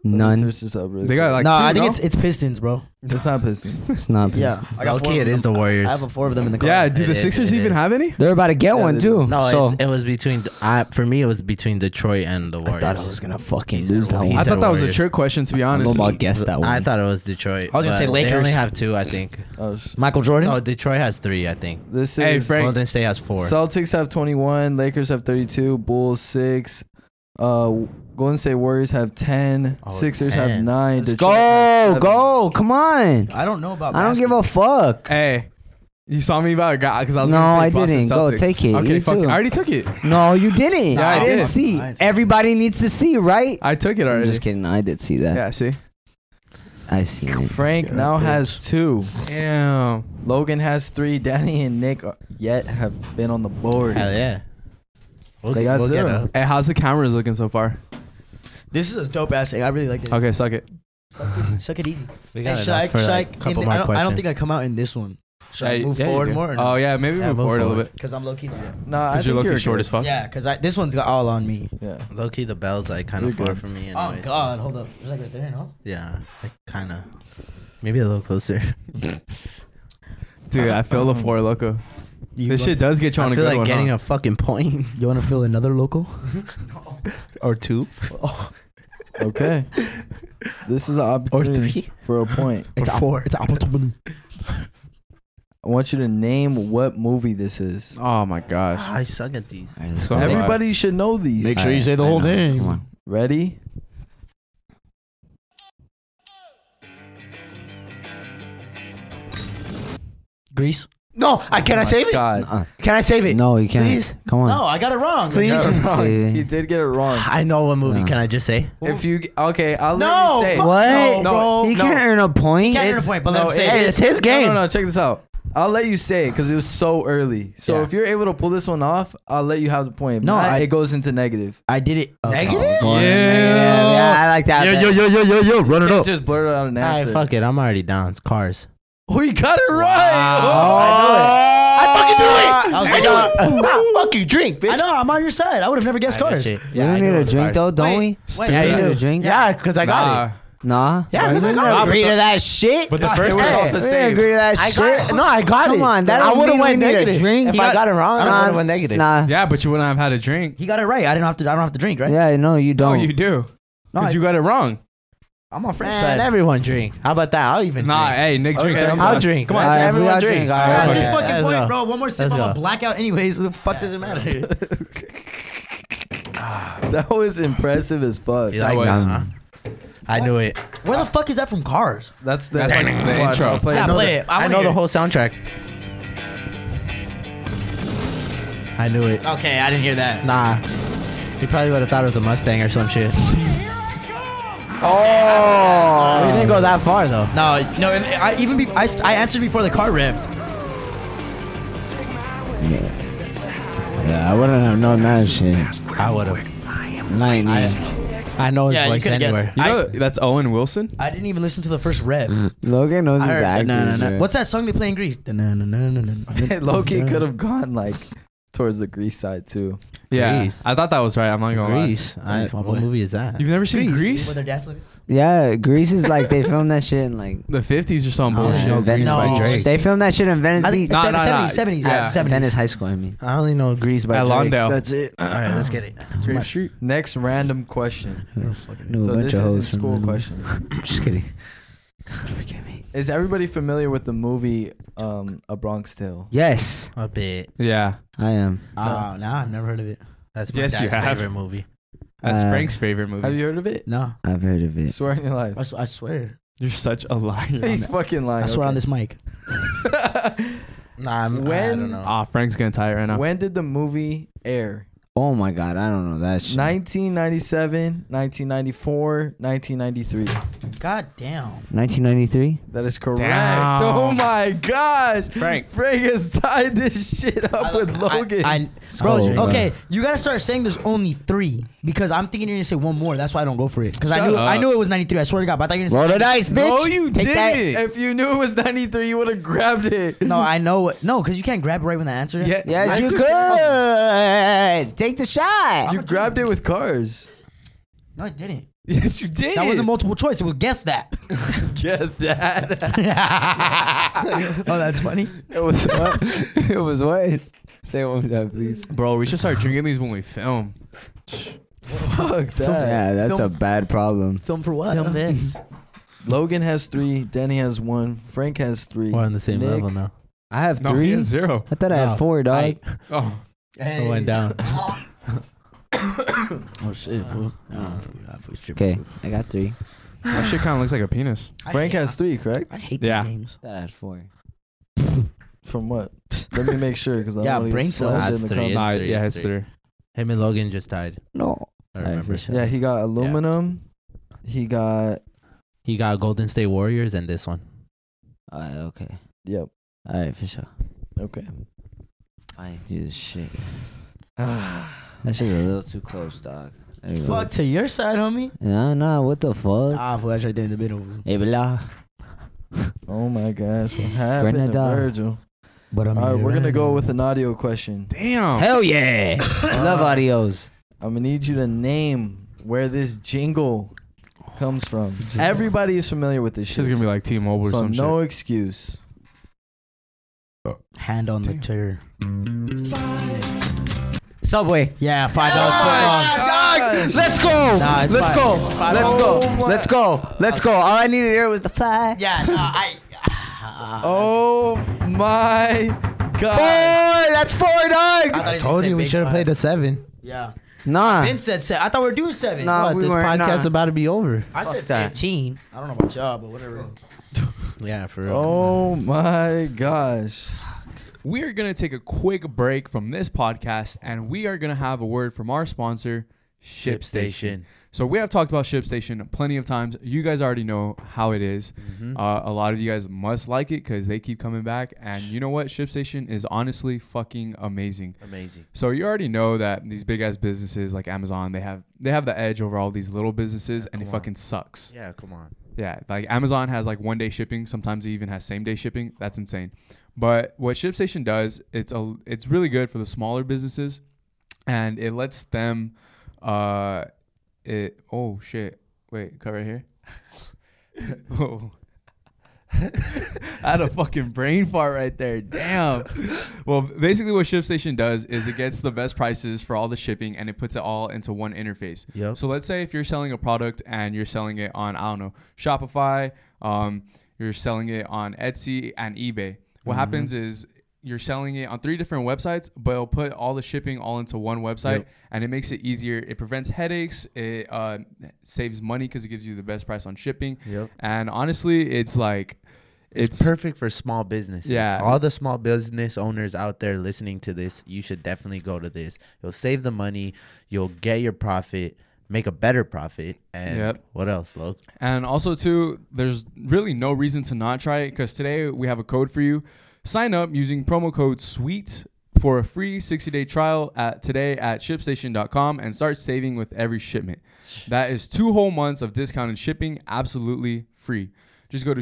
None.
Search this up really
They got like
no,
two,
I think
no?
it's it's Pistons, bro.
quick. It's not Pistons.
It's not.
Yeah, I got four
Lucky
of
it is
them.
the Warriors.
I have a four of them in the car.
Yeah, do
It
the
is,
Sixers
it
even
is.
have any?
They're about to get
Yeah,
one
they
too.
do.
No,
so
it's, it was between. I, for me, it was between Detroit and the
I
Warriors.
thought I was gonna fucking
He's
lose
their
that
Warriors.
one.
I thought that was a
Warriors.
trick question, to be
I don't
honest.
know about guess that one.
I thought it was Detroit.
I was gonna
but
say
They
Lakers.
only have two, I think.
Oh, sh-
Michael Jordan.
No, Detroit has three, I think.
this
Hey,
is
Frank.
Golden State has four.
Celtics have 21, Lakers have 32, Bulls 6, uh, Golden State Warriors have 10,
Oh,
Sixers
10.
have 9.
Let's
Detroit
go,
has
go! Come on!
I don't know about.
I don't give a fuck.
Hey, you saw me about a guy because I was
No,
gonna say
I
Boston
didn't. Go,
Celtics.
take it.
Okay,
You
fuck
too.
it. I already took it.
No, you didn't.
Yeah, I
I, didn't
did.
see.
I didn't see.
Everybody needs to see, right?
I took it
I'm
already.
just kidding. I did see that.
Yeah, see.
I see it.
Frank now has 2.
Damn.
Logan has 3. Danny and Nick are- yet have been on the board.
Hell yeah. We'll,
They got
we'll
zero.
up.
Hey, how's the cameras looking so far?
This is a dope ass thing. I really like it.
Okay, suck it.
Suck, this, suck it easy.
We
Hey,
got
should
enough
I,
for
should I,
like,
in
a couple
the-
more
I, don't, I don't
questions.
think I come out in this one. Should
Hey,
I move
yeah, you
forward
do.
more? Or
Oh
no?
yeah, maybe
Yeah,
move
move
forward a little
forward.
bit.
Because I'm low key. Yeah,
Nah, I
Cause you're
think
looking
you're
short
good.
as fuck.
because this one's got all on me.
Yeah.
Low key, the bell's like kind
You're
of far
good.
from me.
Oh
anyways.
God, hold up. It's like right there, no?
Yeah, like kind of. Maybe a little closer.
Dude, I feel the floor loco.
You
This shit does get you
I
on a
feel
good
like
one.
getting
huh?
a fucking point
You want to feel another local?
or two
Okay. This is an
or
opportunity
three
for a point.
or four.
It's opportunity.
I want you to name what movie this is.
Oh my gosh.
I suck at these.
All right, let's
So-
go.
Everybody should know these.
All right, I know. Come on.
Ready?
Greece.
No, I can I save it?
God.
Uh,
Can I save it?
no, you can't.
Please,
Come on.
No, I got it wrong.
please.
He
See.
did get it wrong.
I know what movie.
No.
Can I just say?
If you okay, I'll
No,
let you say.
fuck
What?
No,
he
no.
can't earn a point.
Can't earn a
It's-
point, but let him say
it
it. Hey,
is-
it's his game.
No, no, no, check this out. I'll let you say it because it was so early. So
Yeah.
if you're able to pull this one off, I'll let you have the point. If
No,
not,
I-
it goes into negative.
I did it.
Negative?
Yeah, yeah, I like that.
Yo, yo, yo, yo, yo, yo, run it up.
Just blurt out an
All
answer.
right, fuck it. I'm already down. It's cars.
Oh, you got it right.
I
I was
fucking knew it. I knew it. Ah, fuck you. Drink, bitch.
I know. I'm on your side. I would have never guessed cars.
Yeah,
We don't
I knew
need
it
a
was
drink
cars.
though, don't we?
Yeah,
We
you
need
do.
a drink.
Yeah, because I got it.
Nah.
Yeah, 'cause I got it.
agree to that shit.
But the first
was
Hey,
off
We
the
I
didn't
same.
agree to that shit.
got- no, I got
Come
it.
on, that
I
don't
would have
mean
went
we need a
negative.
drink.
If
He
I
got-
got it wrong, I
Nah.
would have went negative.
Nah.
Yeah, but you wouldn't have had a drink. Oh.
He got it right. I didn't have to. I don't have to drink, right?
Yeah, no, you
No,
don't.
you do.
No,
Because
I-
you got it wrong.
I'm on Frank's
Man,
side.
everyone drink. How about that? I'll even
Nah,
drink.
hey, Nick drinks.
Okay,
every
I'll
time.
drink. Come on,
All right, we
everyone
all
drink.
drink. All
All
right,
right,
At
fuck
this
it.
let's
fucking
go.
point, bro. One more sip,
Let's
I'm
go.
gonna black out anyways. The fuck does it matter?
That was impressive as fuck.
You like
was-
that, huh? I knew it.
Where the fuck is that from Cars?
That's the,
That's like the
Watch,
intro.
I'll play
Yeah,
another-
play it. I,
I
wanna
know
hear
the
it.
whole soundtrack. I knew it.
Okay, I didn't hear that.
Nah. He probably would have thought it was a Mustang or some shit. Oh! We didn't go that far, though.
No, no. and I even be, I, I answered before the car revved.
Yeah, I wouldn't have known that shit.
I would have.
Night, night.
I know his
Yeah, you
voice
could've guessed.
anywhere.
You know that's Owen Wilson?
I didn't even listen to the first rev.
Logan knows
I
his
heard,
actors.
no, no, no.
bro.
What's that song they play in Greece? Loki
Loki could have gone like towards the grease side too.
Yeah.
Grease.
I thought that was right. I'm not going to lie.
Grease. I,
Grease, my
what
boy.
movie is that?
You've never seen
Where
Grease?
their dad's like,
Yeah, Greece is like they filmed that shit in like uh,
The 50s or some
No,
bullshit.
no,
Venice
by
Beach.
Drake.
They filmed that shit in Venice
I
Beach.
think
No, no, no.
70s, 70s,
Yeah.
yeah, 70s.
Venice High School. I mean,
I only know Grease by
At
Drake.
Longdale.
That's it.
All right, let's get it.
Grape Street.
Next random question.
knew
so
a bunch
this
of
is a
hoes from
school
the-
question.
Just kidding. Forgive me.
Is everybody familiar with the movie um, A Bronx Tale?
Yes,
A bit.
Yeah.
I am.
Oh, no, I've never heard of it. That's my
Yes, you
dad's
have.
favorite movie.
That's
Uh,
Frank's favorite movie.
Have you heard of it?
No,
I've heard of it.
Swear on your life.
I, s- I swear.
You're such a liar.
He's fucking lying.
I swear on
okay.
this mic.
Nah, I'm, I
When-
don't know.
Ah, Frank's going to tie it right now.
When did the movie air?
Oh my god, I don't know that shit.
1997, 1994, 1993.
God damn.
1993.
That is correct.
Damn.
Oh my gosh.
Frank.
Frank has tied this shit up
I-
with
I-
Logan.
I, bro,
Oh,
okay, you gotta start saying there's only three because I'm thinking you're gonna say one more. That's why I don't go for it. Because I
Shut
knew I
up.
knew it was 93. I swear to God, but I thought you were
Roll
gonna
the
say.
dice, bitch.
no, you
Take
didn't.
that.
if you knew it was 93, you would have grabbed it.
No, oh, I know it. No, because you can't grab it right when the answer.
Yeah.
Yes, you could. Take the shot.
You grabbed it with cars.
No, it didn't.
Yes, you did.
That wasn't multiple choice. It was guess that.
Get that.
oh, that's funny.
It was what? it was what? Say it one more time, please.
Bro, we should start drinking these when we film.
Fuck that.
Yeah, that's a bad problem.
Film for what? Film this.
Logan has three. Danny has one. Frank has three.
We're on the same
Nick-
level now.
I have
No, he
three.
has zero.
I thought I
No,
had four, dog.
Oh,
I went down.
Oh shit. fool.
Okay, I got three.
that shit kind of looks like a penis.
Frank
I hate,
has three, correct?
I hate
Yeah.
these games.
I thought I had four.
From what? Let me make sure because I
Yeah,
don't want to
brain
get slammed
cells.
in the
That's three.
comments.
Nah,
three,
yeah,
it's
it's three.
Him and Logan just died.
No.
I
All right,
remember.
for sure.
Yeah, he got aluminum. He got
He got Golden State Warriors and this one.
All right, okay.
yep.
All right, for sure.
Okay.
I do this shit. That shit's a little too close, dog. There you go.
Fuck to your side, homie.
Nah, nah, what the fuck?
Ah, fool, that's right there in the middle. fool.
Hey, blah.
oh my gosh, what happened to
Grenada.
Virgil?
But I'm
All right, we're gonna go with an audio question.
Damn.
Hell yeah! I love audios.
I'm gonna need you to name where this jingle comes from. Everybody is familiar with this shit.
She's gonna be like T-Mobile or
so
some
no excuse.
hand on the chair.
Subway.
Yeah, five dollars. Oh,
Let's go.
Nah, it's
Let's
fine.
go.
It's fine.
Let's
Oh
go. Let's go. Let's go. All I needed here was the fly.
yeah, no, I.
Oh my god!
Boy, that's four dog.
thought he just said big five.
the seven.
Yeah.
Nah.
Ben said seven. I thought we were doing seven.
Nah, we weren't. Nah.
about to be over.
I said
that.
15. I don't know
Oh,
about y'all, but whatever.
Yeah, for real.
Oh my Oh gosh!
We are going to take a quick break from this podcast and we are going to have a word from our sponsor, ShipStation.
ShipStation.
So we have talked about ShipStation plenty of times. You guys already know how it is.
Mm-hmm.
Uh, a lot of you guys must like it because they keep coming back. And you know what? ShipStation is honestly fucking amazing.
Amazing.
So you already know that these big ass businesses like Amazon, they have they have the edge over all these little businesses, and it
come on.
fucking sucks.
Yeah, come on.
Yeah, like Amazon has like one day shipping. Sometimes it even has same day shipping. That's insane. But what ShipStation does, it's a it's really good for the smaller businesses, and it lets them, uh, it oh shit, wait, cut right here. oh. I had a fucking brain fart right there. Damn. Well, basically, what ShipStation does is it gets the best prices for all the shipping and it puts it all into one interface.
Yep.
So let's say if you're selling a product and you're selling it on I don't know Shopify, um, you're selling it on Etsy and eBay. What happens is you're selling it on three different websites, but it'll put all the shipping all into one website, and it makes it easier. It prevents headaches. It uh, saves money because it gives you the best price on shipping.
Yep.
And honestly, it's like
It's, perfect for small businesses.
Yeah.
All the small business owners out there listening to this, you should definitely go to this. You'll save the money, you'll get your profit, make a better profit, and
Yep.
what else, Loke?
And also, too, there's really no reason to not try it because today we have a code for you. Sign up using promo code SWEET for a free 60 day trial at today at shipstation.com and start saving with every shipment. That is two whole months of discounted shipping absolutely free. Just go to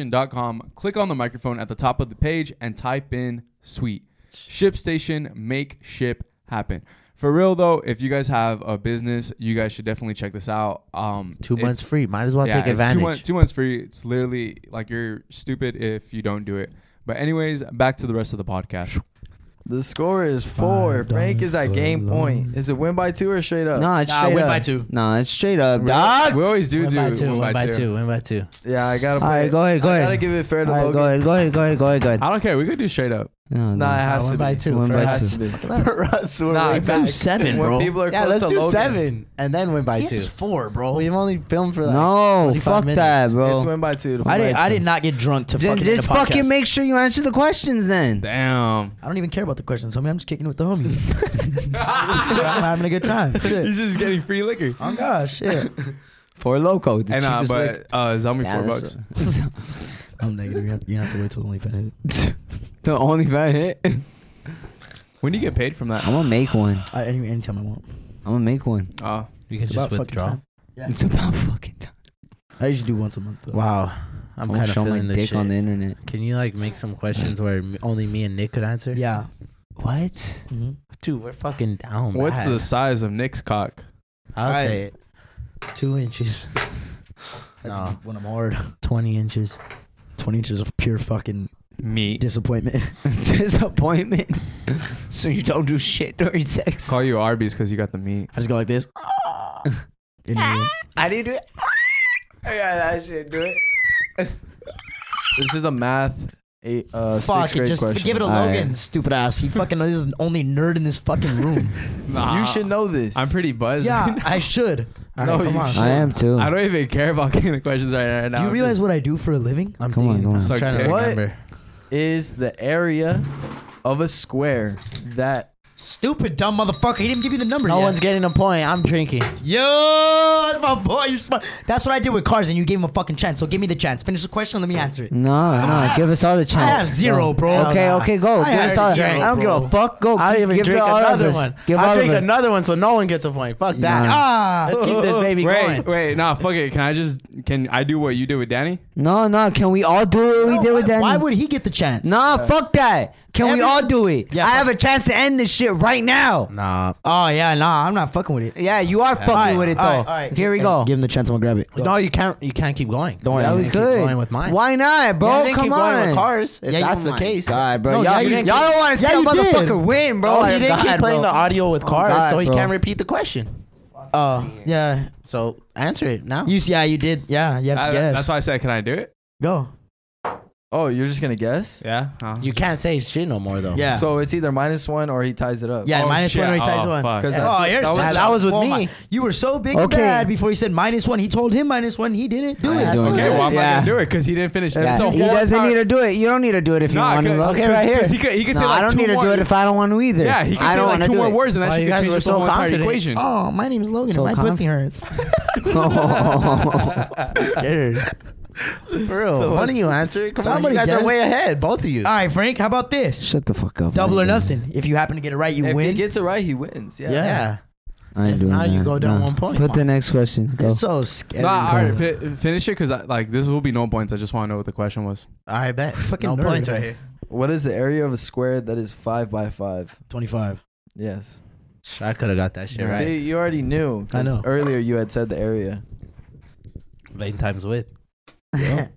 shipstation.com, click on the microphone at the top of the page, and type in SWEET. ShipStation, make ship happen. For real though, if you guys have a business, you guys should definitely check this out. Um,
Two months
it's-
free. Might as well take
it's
advantage.
Two, mon- two months free. It's literally like you're stupid if you don't do it. But anyways, back to the rest of the podcast.
The score is four.
Five
Frank is at
dollars
game
for
point. Is it win by two or straight up?
Nah, it's
Nah,
straight
win
up.
by two.
Nah, it's straight up, dog.
We always do
Win
do
by two,
one
win by
two.
two, win by two.
Yeah, I gotta.
All
put
right,
it-
go ahead, go
I gotta
ahead.
give it fair to
All right,
Logan.
go ahead, go ahead, go ahead, go ahead, go ahead.
I don't care. We could do straight up.
Nah,
No,
it
no.
has
One
to
by
be.
two.
One
for
by
us.
Has to be.
For us, we're
Nah,
way
it's
back.
do seven,
When
bro.
people are
Yeah,
close
let's
to
do
Logan,
seven and then win by
It's
two.
four, bro.
We've only filmed for like
No,
25
fuck
minutes.
that, bro.
It's win by two. to
I
win
did.
by
I
two.
did not get drunk to
Just,
fucking. do
just
the podcast.
fucking make sure you answer the questions then.
Damn.
I don't even care about the questions, homie. I'm just kicking it with the homies. I'm having a good time. Shit.
He's just getting free liquor.
Oh gosh, shit.
For loco, the
And uh,
cheapest
but uh, zombie
Yeah,
four
that's-
bucks.
I'm negative. You have, you have to wait till OnlyFans.
liquor. the only fan hit. I'm
When do you get paid from that?
gonna make one.
I any anytime I want.
I'm gonna make one.
Oh,
You can
It's
just
about fucking
withdraw.
time.
It's about fucking. Time.
I usually do once a month. Though.
Wow, I'm
I'm,
kind
gonna
of
show my
feeling
dick
this shit.
on the internet.
Can you like make some questions where m- only me and Nick could answer?
Yeah.
What?
Mhm.
Dude, we're fucking down.
what's
bad.
the size of Nick's cock?
I'll
Alright.
say it. Two inches,
That's
Nah.
when I'm hard.
twenty inches.
20 inches of pure fucking
Meat.
disappointment.
Disappointment. so you don't do shit during sex.
Call you Arby's because you got the meat.
I just go like this. In the-
I didn't do it. I got that shit. Do it.
This is a math eight, uh,
Fuck
sixth
it,
grade
just
question.
give it to
All
Logan,
right.
stupid ass. He fucking is the only nerd in this fucking room.
you should know this.
I'm pretty buzzed.
yeah, I should.
Alright,
No,
come
you
on.
I am too.
I don't even care about getting the questions right now.
Do you
I'm
realize
just-
what I do for a living?
I'm
Come on,
thinking.
come on.
Suck
I'm trying
dick.
to
What?
remember.
Is the area of a square that
Stupid, dumb motherfucker. He didn't give you the number
No
yet.
one's getting a point. I'm drinking.
Yo, that's my boy. You're smart. That's what I did with cars, and you gave him a fucking chance. So give me the chance. Finish the question. Let me answer it.
No, no, give us all the
Ah. I
chance.
have zero, bro.
Okay, okay, go.
I
give us
already
all.
drank,
I don't
bro.
give a fuck. Go.
I don't even
give
drink
all of
another
us.
one.
Give
I
all
drink
of us.
another one so no one gets a point. Fuck that.
Nah.
Ah,
Let's keep this baby
Wait,
going.
wait, nah, fuck it. Can I just can I do what you did with Danny?
No, no. Can we all do what we
No,
did with
why,
Danny?
why would he get the chance?
Nah, fuck that. Can we
Every-
all do it?
Yeah,
I
fuck
have a chance to end this shit right now.
Nah.
Oh yeah, nah. I'm not fucking with it.
Yeah, you are fucking with it though.
All right, all right.
Here we
Hey,
go.
Give him the chance. I'm gonna grab it.
No, you can't. You can't keep going. Don't
yeah, we
keep
could.
going with mine.
Why not, bro?
Yeah, I didn't
Come
keep
on.
going with cars. If
Yeah, you-
that's
oh
the
my
case.
God, bro.
No,
y'all,
yeah, you
y'all
didn't
don't want to see
Yeah,
a
you did.
motherfucker win, bro.
Oh,
Like,
he didn't
God,
keep playing
bro. Oh,
the audio with cars,
God,
so he
bro. Uh,
can't repeat the question.
Oh yeah.
So answer it now.
You yeah you did yeah you have to
I-
guess.
That's why I said, can I do it?
Go.
Oh, you're just gonna guess?
Yeah. Huh?
You can't say shit no more though.
Yeah.
So it's either minus one or he ties it up.
yeah,
Oh,
minus
shit.
one or he ties
Oh,
one.
fuck.
'Cause
Yeah.
that's-
oh, you're
that was-
such
that
a-
was with
oh,
me.
my- You were so big
Okay.
and bad before he said minus one. He told him minus one. He didn't do
I
it.
ain't doing
Okay, well, I'm
Yeah.
not gonna do it because he didn't finish. it.
Yeah.
It's a
He
whole
doesn't
entire-
need to do it. You don't need to do it if
Nah,
you want to.
cause-
love.
Okay, right here.
Because He could, he could
No,
say like
I don't
two
need to
more.
do it if I don't want to either.
yeah, he could
I
say
don't
like
wanna
two
do
more
it.
words, and that
Wow,
shit
you
could
guys
change
were
the
so
whole entire
confident.
equation.
Oh, my name's Logan.
So
and my pussy hurts.
I'm
scared. For real.
So
Why
what's-
don't you answer it? Come on, you
Somebody
guys
guess.
are way ahead, both of you.
All right, Frank. How about this?
Shut the fuck up.
Double
I
or
ain't doing
nothing. If you happen to get it right, you
If he
win.
gets it right, he wins. Yeah.
yeah.
that. I ain't
If
doing
not, you
that.
go down
No.
one point.
Put the next question. Go.
You're so scared.
Nah, all right, fi- finish it because like this will be no points. I just want to know what the question was.
All right, bet.
Fucking
no
nerd,
points
bro.
right here.
What is the area of a square that is five by five?
Twenty-five.
Yes.
I could have got that shit right.
See, you already knew. 'cause
I know.
Earlier, you had said the area.
Lane times with. Did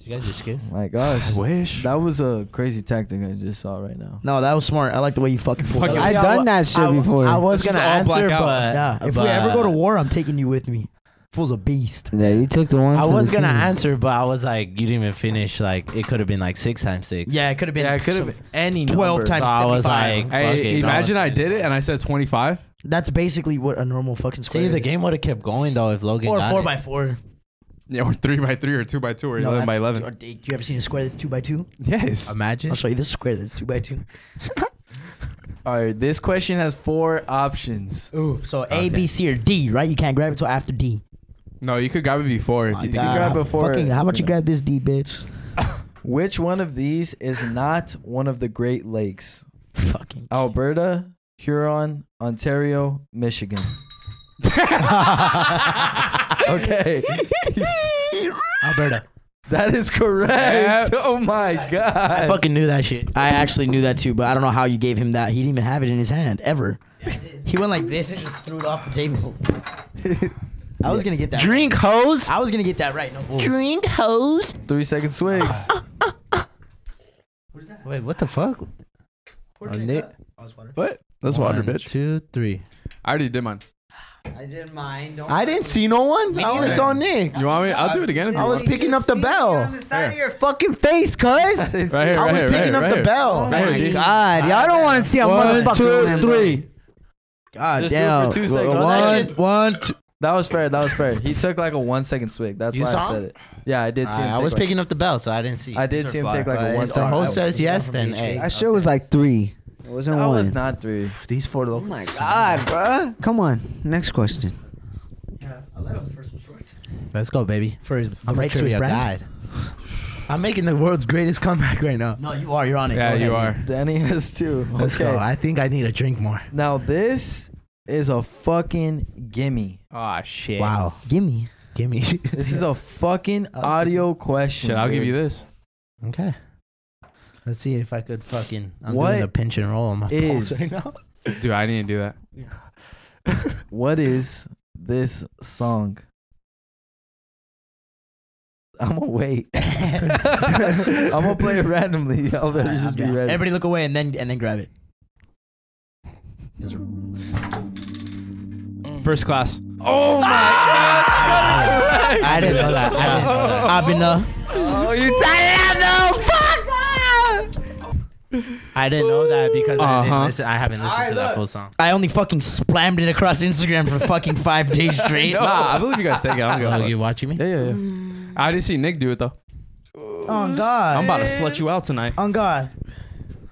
you guys just kiss?
My gosh.
Wish.
That was a crazy tactic I just saw right now.
No, that was smart. I like the way you fucking. pulled
Fuck
that.
you.
I've
Yeah,
done
I-
that shit
I,
before.
I was
Let's just
gonna
all black
answer,
out.
but
Yeah, if we
but-
ever go to war, I'm taking you with me. Fool's a beast.
yeah, you took the one.
I
for the
was gonna
team.
answer, but I was like, you didn't even finish. Like, it could have been like six times six.
Yeah, it could have been. Yeah, it could have
Any
12
number.
So
times
I was
75.
like, fuck
Hey,
it,
imagine
no.
I did it and I said 25.
That's basically what a normal fucking square
See, the
is.
game would have kept going though if Logan
or
got
four
it.
by four.
Yeah, or three by three, or two by two, or eleven by
that's-
eleven.
or do you ever seen a square that's two by two?
Yes.
Imagine.
I'll show you this square that's two by two.
All right, this question has four options.
Ooh, so A, B, C, or D, right? You can't grab it till after D.
No, you could grab it before if you think.
God.
You
grab
grab
it before-
Fucking, how about you grab this D, bitch?
Which one of these is not one of the Great Lakes?
Fucking.
Alberta, Huron, Ontario, Michigan. okay.
Alberta.
That is correct. Oh my
I
god.
fucking knew that shit.
I actually knew that too, but I don't know how you gave him that. He didn't even have it in his hand ever. he went like this and just threw it off the table. I was gonna get that.
Drink hose.
I was gonna get that right. No.
Drink hose.
3 second swigs.
Ah,
Wait, what the fuck? Oh, Nick.
What? That's water,
One,
bitch.
Two, three.
I already did mine.
I did mine. Don't
I didn't see no one. I only
neither.
saw Nick.
You want me? I'll do it again. If
I
you
was
want.
picking up the bell.
Here.
Your fucking face, cuz. God,
Right here,
I
right
was
here, right
picking
here,
up
right
the
here.
bell.
Right here, dude.
y'all don't want to see a
One, two,
motherfucker.
three. God
Just do it
damn.
for two seconds.
One, one, two.
That was fair. That was fair. He took like a 1 second swig. That's
You
why
saw
I said
him?
it. Yeah, I did see him.
I
take
was
like-
picking up the bell, so I didn't see.
I did see him take like a
But
1
if the
second.
host says yes, then hey.
That shit was like three. It wasn't
That
one.
was not 3.
These four locals.
my God, bruh. Come on. Next question.
Let's go, baby.
For his
I'm a
rights to his
trivia
brand.
guide. I'm making the world's greatest comeback right now.
No, you are. You're on it.
Yeah,
Go
you
ahead.
are.
Danny has 2.
Let's
Okay.
go. I think I need a drink more.
Now this is a fucking gimme.
Ah shit.
Wow.
Gimme.
Give me.
This is a fucking audio question.
Shit, I'll give
dude.
you this.
okay. Let's see if I could fucking. I'm
What
doing a pinch and roll on my
is-
balls right now.
Dude, I didn't do that.
What is this song? I'm gonna wait. I'm gonna play it randomly. I'll let it just be
Yeah.
random.
Everybody look away and then and then grab it.
First class.
I didn't know that. I didn't know that. I've been uh,
Oh, you tied it up,
I didn't know that because I, didn't
Uh-huh.
listen, I haven't listened to that full song.
I only fucking spammed it across Instagram for fucking five days straight.
Nah, I believe you guys take it. I'm
Oh,
gonna.
you watching me?
Yeah, yeah, yeah. I didn't see Nick do it though.
On Oh, God.
I'm about to slut you out tonight.
On God.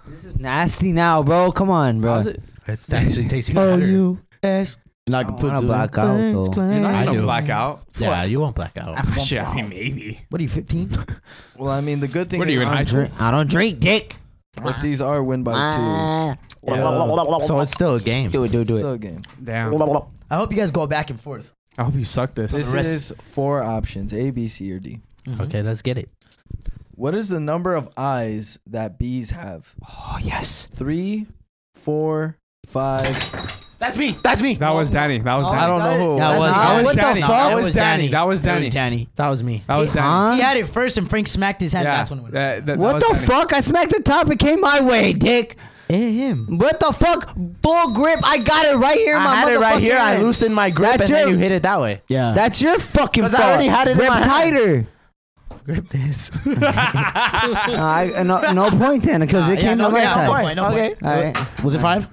This is nasty now, bro. Come on, bro.
It's, that actually takes you.
Oh,
better.
you. ass.
And I
I
can
don't
put
wanna
you
black out, though.
You're
I
not gonna
do.
black out.
Yeah, you won't black out.
Shit, I mean, maybe.
What are you, 15?
Well, I mean, the good thing
What are you in
is
high school?
Drink- I don't drink dick.
that these are win by
So it's still a game.
Do it, do it,
two.
do
Still
it.
a game.
Damn.
I hope you guys go back and forth.
I hope you suck this.
This is four options: A, B, C, or D.
Okay, let's get it.
What is the number of eyes that bees have?
Oh, yes.
Three, four, five.
That's me. That's me.
that was Danny. That was Danny.
I don't know who.
That was,
Nah,
that
what
was
the
Danny.
fuck?
That was Danny. That was
That
Danny.
was Danny.
That was me.
That was Danny.
Huh?
He had it first and Frank smacked his hand.
Yeah.
That's when it went.
That- that-
What
that
the
was Danny.
fuck? I smacked the top. It came my way, dick.
him.
What the fuck? Full grip. I got it right here. in my
I had it right
motherfucking
here. I
hand.
loosened my grip,
That's
and then
your-
you hit it that way.
Yeah.
That's your fucking
'Cause I
fault.
already had it in
Grip
my hand.
tighter.
grip this.
Uh, I, no, no point then, because
Nah,
it
yeah,
came
no,
to my
yeah, no
side.
point, no point.
All right.
Was it five?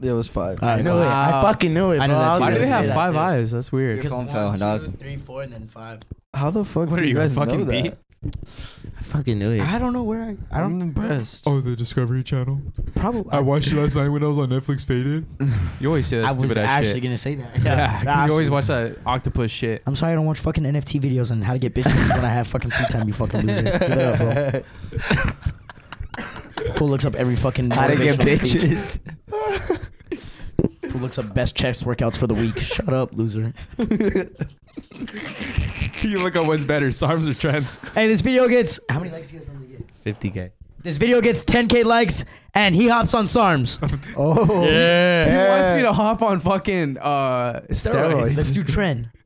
Yeah, it was five.
All right,
knew it. I
wow.
fucking knew it.
I know
bro.
that
was
too.
Why do
gonna
they have
say that
five
too.
eyes? That's weird.
Oh. Your phone fell, dog.
three, four, and then five.
How the fuck
What
do
are
you
you, a
guys
fucking
know that?
beat?
I fucking knew it.
I don't know where I. I don't
I'm impressed.
Oh, the Discovery Channel.
probably. I,
watched it last night when I was on Netflix Faded. You always say that
I
stupid
was
ass
actually
shit.
gonna say that.
yeah, because
Nah,
you always
I'm-
watch that octopus shit.
I'm sorry I don't watch fucking NFT videos on how to get bitches when I have fucking free time. You fucking loser. Get it up, bro. Fool looks up every fucking.
How to get
motivational speech.
bitches.
Fool looks up best chest workouts for the week. Shut up, loser.
you look up what's better, SARMs or trends.
Hey, this video gets how many likes do you guys normally get?
50k.
This video gets 10k likes, and he hops on SARMs.
Oh.
He
Yeah.
wants me to hop on fucking uh, steroids.
Let's do trend.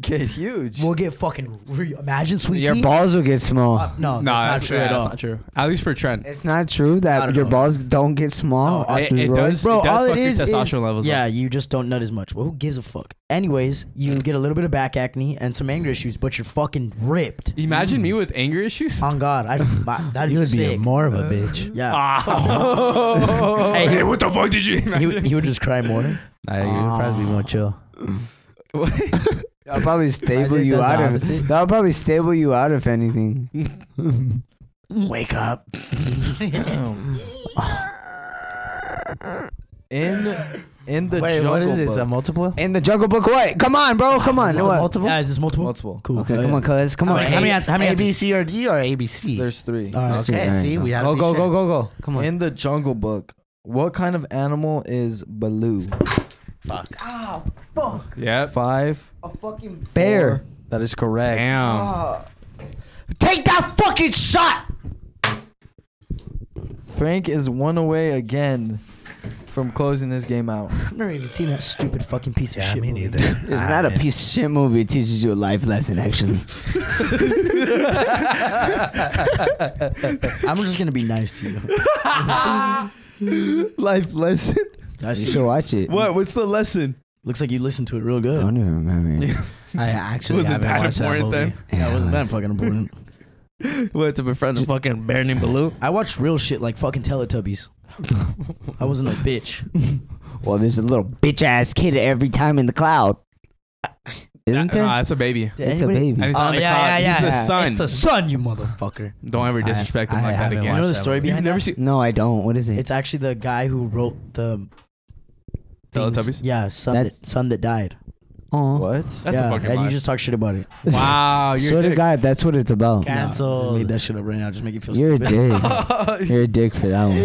Get huge.
We'll get fucking. Re- imagine sweet
Your
tea.
balls will get small.
Uh, no,
nah,
that's, not true
yeah,
at
that's
all.
not true. At least for trend.
It's not true
Not
that
at
your
all.
balls don't get small
No,
after
it, it does,
Bro,
it does
all it
fuck
is
your testosteryn
is-
levels
Yeah,
up.
you just don't nut as much. Well, who gives a fuck? Anyways, you get a little bit of back acne and some anger issues, but you're fucking ripped.
Imagine me with anger issues.
On God, I my, that'd
You
be
would
sick.
be more of a bitch.
yeah,
Oh.
Hey, he-
what the fuck did you
he,
imagine?
would- he would just cry more.
Nah, you'd probably be more chill.
That'll probably stable you
that's
out of
opposite.
That'll probably stable you out of anything.
Wake up.
In in the
Wait,
jungle
what is this?
book.
A multiple?
In the jungle book, what? Come on, bro. Come on.
Is it
what?
multiple?
Yeah, is this multiple?
Multiple.
Cool.
Okay,
Oh,
come
yeah.
on, cuz. Come
All
on.
right, how many ans- how many
A
ans-
B C or D or A B C?
There's three.
All right.
Okay,
Alright,
see, we have
go
to be
go go
sure.
go go. Come on.
In the jungle book, what kind of animal is Baloo? Ah,
Fuck.
yep.
Five. A fucking bear. that is correct.
Damn.
Take that fucking shot.
Frank is one away again from closing this game out.
I've never even seen that stupid fucking piece of
Yeah,
shit.
me
movie.
neither.
It's not a piece of shit movie. It teaches you a life lesson, actually.
I'm just gonna be nice to you.
Life lesson.
I
You
see.
should watch it.
What? What's the lesson?
Looks like you listened to it real
I
good.
don't even remember.
I actually
Wasn't
haven't
that
watched that
important
movie.
then?
Yeah, it wasn't that fucking important.
What to befriend the fucking bear named Baloo?
I watched real shit like fucking Teletubbies. I wasn't a bitch.
Well, there's a little bitch ass kid every time in the cloud. Isn't
No,
there?
that's a baby.
It's a
And
baby.
he's on the cloud. He's the son.
It's the son, you motherfucker.
Don't ever disrespect him
I
like that
haven't
You
again.
know
watched
the
that
story
movie.
You've
behind
never
that?
seen
No, I don't. What is it?
It's actually the guy who wrote the things-
Teletubbies?
Yeah, son
That's-
that son that died.
Aw.
What?
That's
yeah,
a fucking
And
lie.
you just talk shit about it.
wow. You're
Swear
a
to
dick.
God, that's what it's about.
I
Cancel.
made that shit up right now. Just make it feel
You're a
stupid.
dick. You're a dick for that one.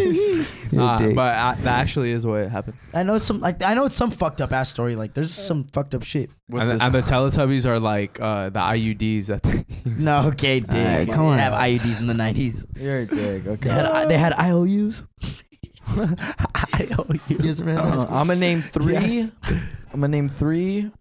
You're
Nah,
a dick.
but I, that actually is what happened.
I know it's some like I know it's some fucked up ass story. Like there's some fucked up shit.
With
and,
this-
the, and the Teletubbies are like uh, the IUDs that they use.
No, okay, dude.
Alright,
They
come on.
didn't have IUDs in the nineties.
You're a dick.
They
Okay.
had they had IOUs.
I owe you.
Yes, man.
Uh, I'm gonna name three.
Yes.
I'm gonna name three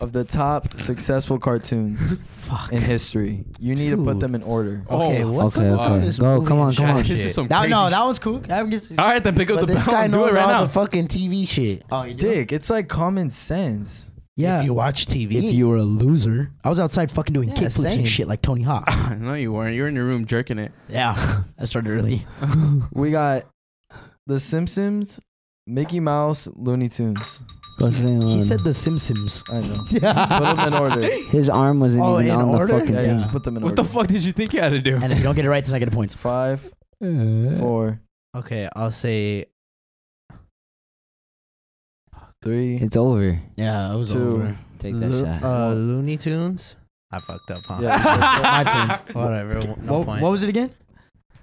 of the top successful cartoons
Fuck.
in history. You need to put
Dude.
them in order.
Okay,
Oh,
what's
okay,
up with
okay.
this
Go,
movie
come on,
and
come
shit?
on.
This is some
That,
crazy
no,
shit.
that one's cool. I guess-
All right, then pick up
But
the
this
bell
guy
and do
knows
it right
all
now.
the fucking TV shit.
Oh, you do?
Dick, it's like common sense.
Yeah.
If you watch TV,
if you were a loser. I was outside fucking doing
Yeah,
kickflips
same.
and shit like Tony Hawk.
no, you weren't. You were in your room jerking it.
yeah, I started early.
We got The Simpsons, Mickey Mouse, Looney Tunes.
What's the name
He
of
said
it?
the Simpsons.
I know. put them in order.
his arm wasn't
Oh, in
even on
order?
the fucking
Yeah, yeah,
thing.
just put them in
What
order.
the fuck did you think you had to do?
And if you don't get it right, it's not gonna get points.
Five,
Uh,
four,
okay, I'll say
three.
It's over.
Yeah, it was
Two.
over.
Take that
Lo-
shot.
Uh, Looney Tunes. I fucked up, huh?
Yeah.
Whatever. w- No
what,
point.
what was it again?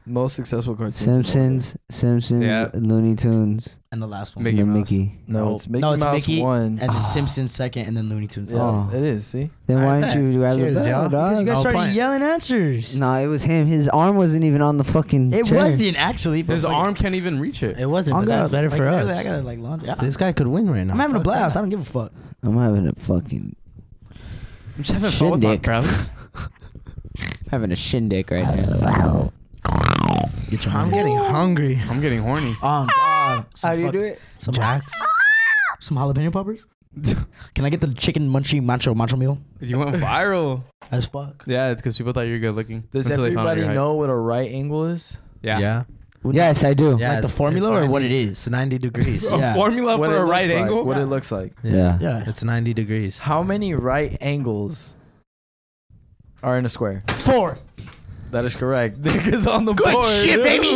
Most successful cartoons. in order.
Simpsons, Simpsons,
Yeah.
Looney Tunes,
And the last one.
Mickey
then
Mouse.
Mickey.
No,
Nope.
it's Mickey
No, it's
Mouse
Mickey
one.
And then Simpsons second, and then Looney Tunes.
yeah,
third.
Oh.
it is. See,
Then
All
why
right.
didn't you grab the
Cheers,
bell,
y'all.
dog?
Because you guys
No
started
point.
yelling Ah. answers.
No, it was him. His arm wasn't even on the fucking.
it
chair.
wasn't actually. But
His
like-
arm can't even reach it.
It wasn't,
I'm
but that's
gonna-
better
like,
for
really,
us.
I gotta like launch. Yeah.
this guy could win right now.
I'm having a
Fuck
blast. I
that.
don't give a fuck.
I'm having a fucking
I'm just having fun with my
Shindig.
crowds.
having a shindig right now.
Get your
I'm getting hungry.
I'm getting horny.
Um,
How do you do it?
Some,
Jack.
some jalapeno poppers. Can I get the chicken munchy macho macho meal?
You went viral.
As fuck.
yeah, it's because people thought you were good looking.
Does
until they found out
everybody
your height.
know what a right angle is?
Yeah.
Yes, I do.
Yeah,
like the
it's-
formula
it's
or what
90
it is?
It's 90 degrees.
A
Yeah.
formula
What
Oh, for
it
a
looks
right
like,
angle.
What it looks like.
Yeah.
Yeah.
It's 90 degrees.
How many right angles are in a square?
Four.
That is correct. Because on the
Good
board.
shit, baby.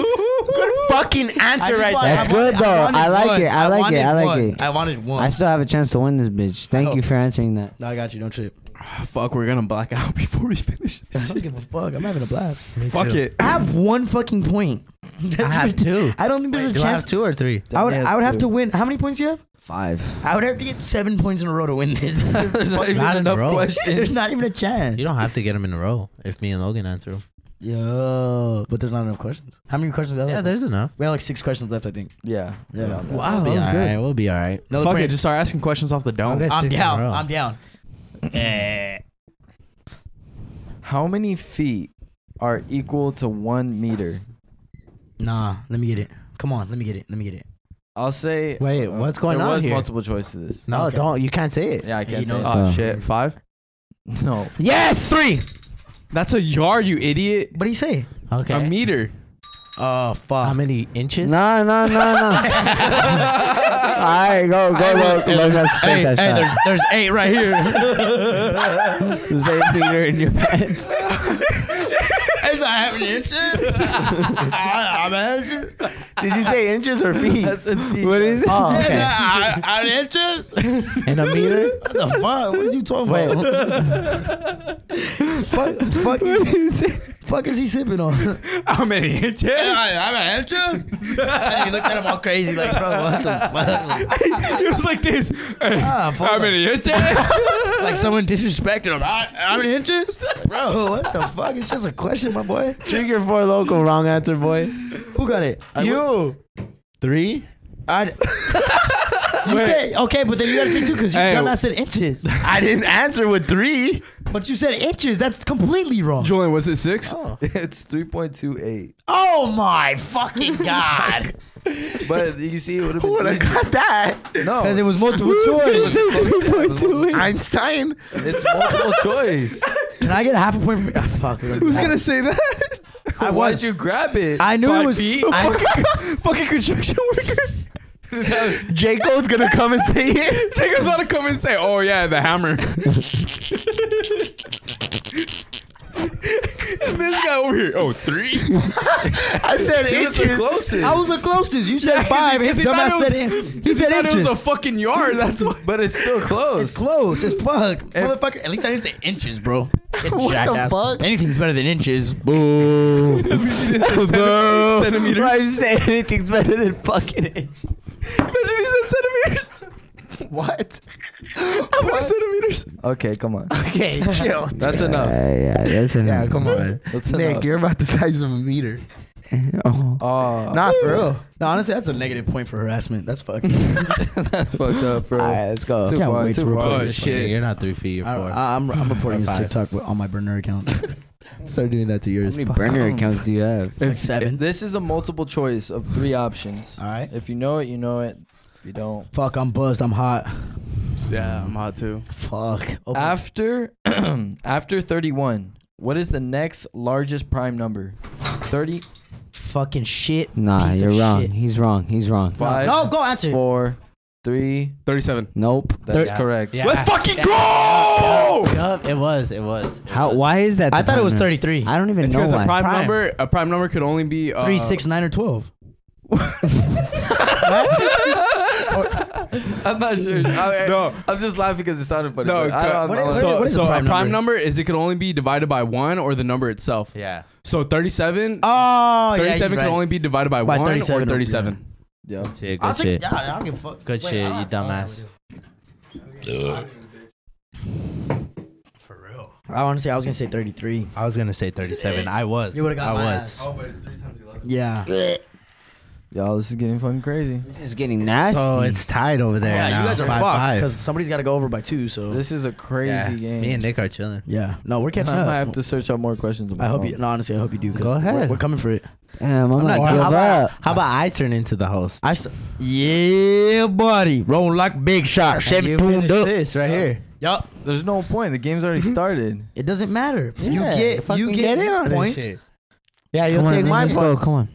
Good fucking answer right there.
That's good, though. I like it. I like it. I like it.
I wanted one.
I still have a chance to win this bitch. Thank you
hope.
for answering that.
no, I got you. Don't trip.
Fuck, we're gonna black out before we finish.
I don't give a fuck. I'm having a blast.
Fuck it.
I have one fucking point.
I have two.
I don't think there's
Wait,
a
do I have
chance.
two or three?
I would.
He has
I would have
two.
to win. How many points do you have?
Five.
I would have to get seven points in a row to win this.
There's not even
Not
enough
bro.
there's
questions.
not even a chance.
You don't have to get them in a row if me and Logan answer them.
Yo, but there's not enough questions. How many questions? Are
Yeah,
left?
there's enough.
we have like six questions left. I think.
Yeah.
Wow,
Yeah.
that
we'll be
was
all
good.
right. We'll be all right.
Another
Fuck
point.
it, just start asking questions off the dome.
Okay.
I'm
Six in a
down.
row.
I'm down.
How many feet are equal to one meter?
Nah, let me get it. Come on, let me get it. Let me get it.
I'll say.
Wait,
uh,
what's going
there
on
was
here?
multiple choice to this.
No,
Okay.
don't. You can't say it.
Yeah, I
He
can't say
knows
it.
Oh
Oh.
shit, five.
No.
Yes, three.
That's a yard, you idiot.
What do you say?
Okay.
A meter.
Oh fuck.
How many inches?
No, no, no, no. All right, go, go, go. go, go take
Hey, hey,
that
there's
shot.
there's eight right here.
There's eight meter in your pants.
Is I having inches? I'm inches.
Did you say inches or feet?
What is it?
oh, okay.
I, I'm inches.
In a meter?
What the fuck? What is you talking about? fuck, fuck, fuck is he sipping on?
How many inches?
I'm an inches. and he looked at him all crazy, like, bro, what the fuck?
it was like this. Hey,
Ah, fuck.
how many inches?
Like someone disrespected him. Ah, I, I'm an inches, bro. What the fuck? It's just a question, my boy.
Trigger for local. Wrong answer, boy.
Who got it? I,
you. Three?
I, you said okay, but then you gotta pick two because you
Hey.
done. I said inches,
I didn't answer with three.
but you said inches. That's completely wrong.
Julian, was it six?
It's 3.28.
Oh my fucking god!
But you see, it would have
Would
been
have
easy.
got that.
No.
Because it was multiple
It
choice.
was close.
Einstein.
It's multiple choice.
Can I get a half a point? From, ah, fuck. Who's
gonna say that?
I Why'd you grab it?
I knew it was. I,
Fucking construction worker.
J. Cole's gonna come and say it.
Jacob's about to come and say, "Oh yeah, the hammer." and this guy over here, oh three.
I said
It was the
inches.
closest.
I was the closest. You said
Yeah, 'cause he-
five. His
'cause he
dumbass
thought it
said
was-
in. He said
Thought it was
inches.
a fucking yard. That's why.
but it's still close.
it's close. It's fuck. Motherfucker. At least I didn't say inches, bro. what the fuck? Anything's better than inches. Boo.
Centimeters. Centimeters.
Why you say anything's better than fucking inches?
Imagine he said centimeters.
What?
How many centimeters?
Okay, come on.
Okay, chill.
That's enough.
Yeah, yeah, that's
Yeah,
enough.
come on.
That's
Nick,
enough.
you're about the size of a meter.
Oh.
Oh,
Not for real.
Ah, No, honestly, that's a negative point for harassment. That's fucked.
that's fucked up, bro.
let's go.
Too
Can't
far,
wait to
too far.
report
Oh, shit.
You're not three feet. You're
I,
four.
I, I'm, I'm reporting this
Five.
TikTok with- on my burner account.
Start doing that to yours.
How many burner accounts do you have?
like seven.
This is a multiple choice of three options.
All right.
If you know it, you know it. If you don't,
Fuck, I'm buzzed. I'm hot.
Yeah, I'm hot too.
Fuck. Oh, Open-
after after 31, what is the next largest prime number? 30,
fucking shit.
Nah,
piece of
you're wrong.
shit.
He's wrong. He's wrong.
Five.
No, go answer.
four, three.
Thirty-seven.
Nope.
That's correct.
Yeah.
Let's fucking go!
Yup, it was. It was.
How? Why is that?
I
the
thought it was
prime number?
33.
I don't even
It's
know
because a
why.
prime, number, a prime number could only be uh,
Three, six, nine, or twelve.
I'm not sure. I,
No.
I'm just laughing because it sounded funny.
No,
but I don't- I don't-
so,
uh, what is
so
a
a prime,
prime
number? is it could only be divided by one or the number itself.
Yeah.
So 37,
Oh,
37 can only be divided by,
By
one
37,
or 37.
yeah.
Shit,
I'll
good
take.
shit.
Yeah, I don't give a fuck.
Good
Wait,
shit,
I
you
don't- I don't
dumbass.
know what to do. I honestly, I was gonna say 33.
I was gonna say 37. I was. Oh.
You would've got
I
my
was.
ass. Yeah.
Y'all, this is getting fucking crazy.
This is getting nasty.
So it's tied over there.
yeah,
now.
you guys are
five,
fucked
five.
because somebody's got to go over by two. So
This is a crazy
Yeah.
game.
Me and Nick are chilling.
yeah, no, we're
I
catching up.
might have to search out more questions. on my
I hope
phone.
you. No, honestly, I hope you do. 'cause
Go ahead.
We're, we're coming for it. I'm
Damn, I'm, gonna
not
Or
give
how, about,
up.
how about I turn into the host?
I st- yeah, buddy, roll like big shot,
And you
seven
finish
tuned up.
this right here.
Yup,
There's no point. The game's already started.
Mm-hmm. it doesn't matter.
Yeah,
you get
fucking
you get,
in on this
points.
shit. Yeah, you'll
Come on,
take
man,
my
let's go.
points.
Come on.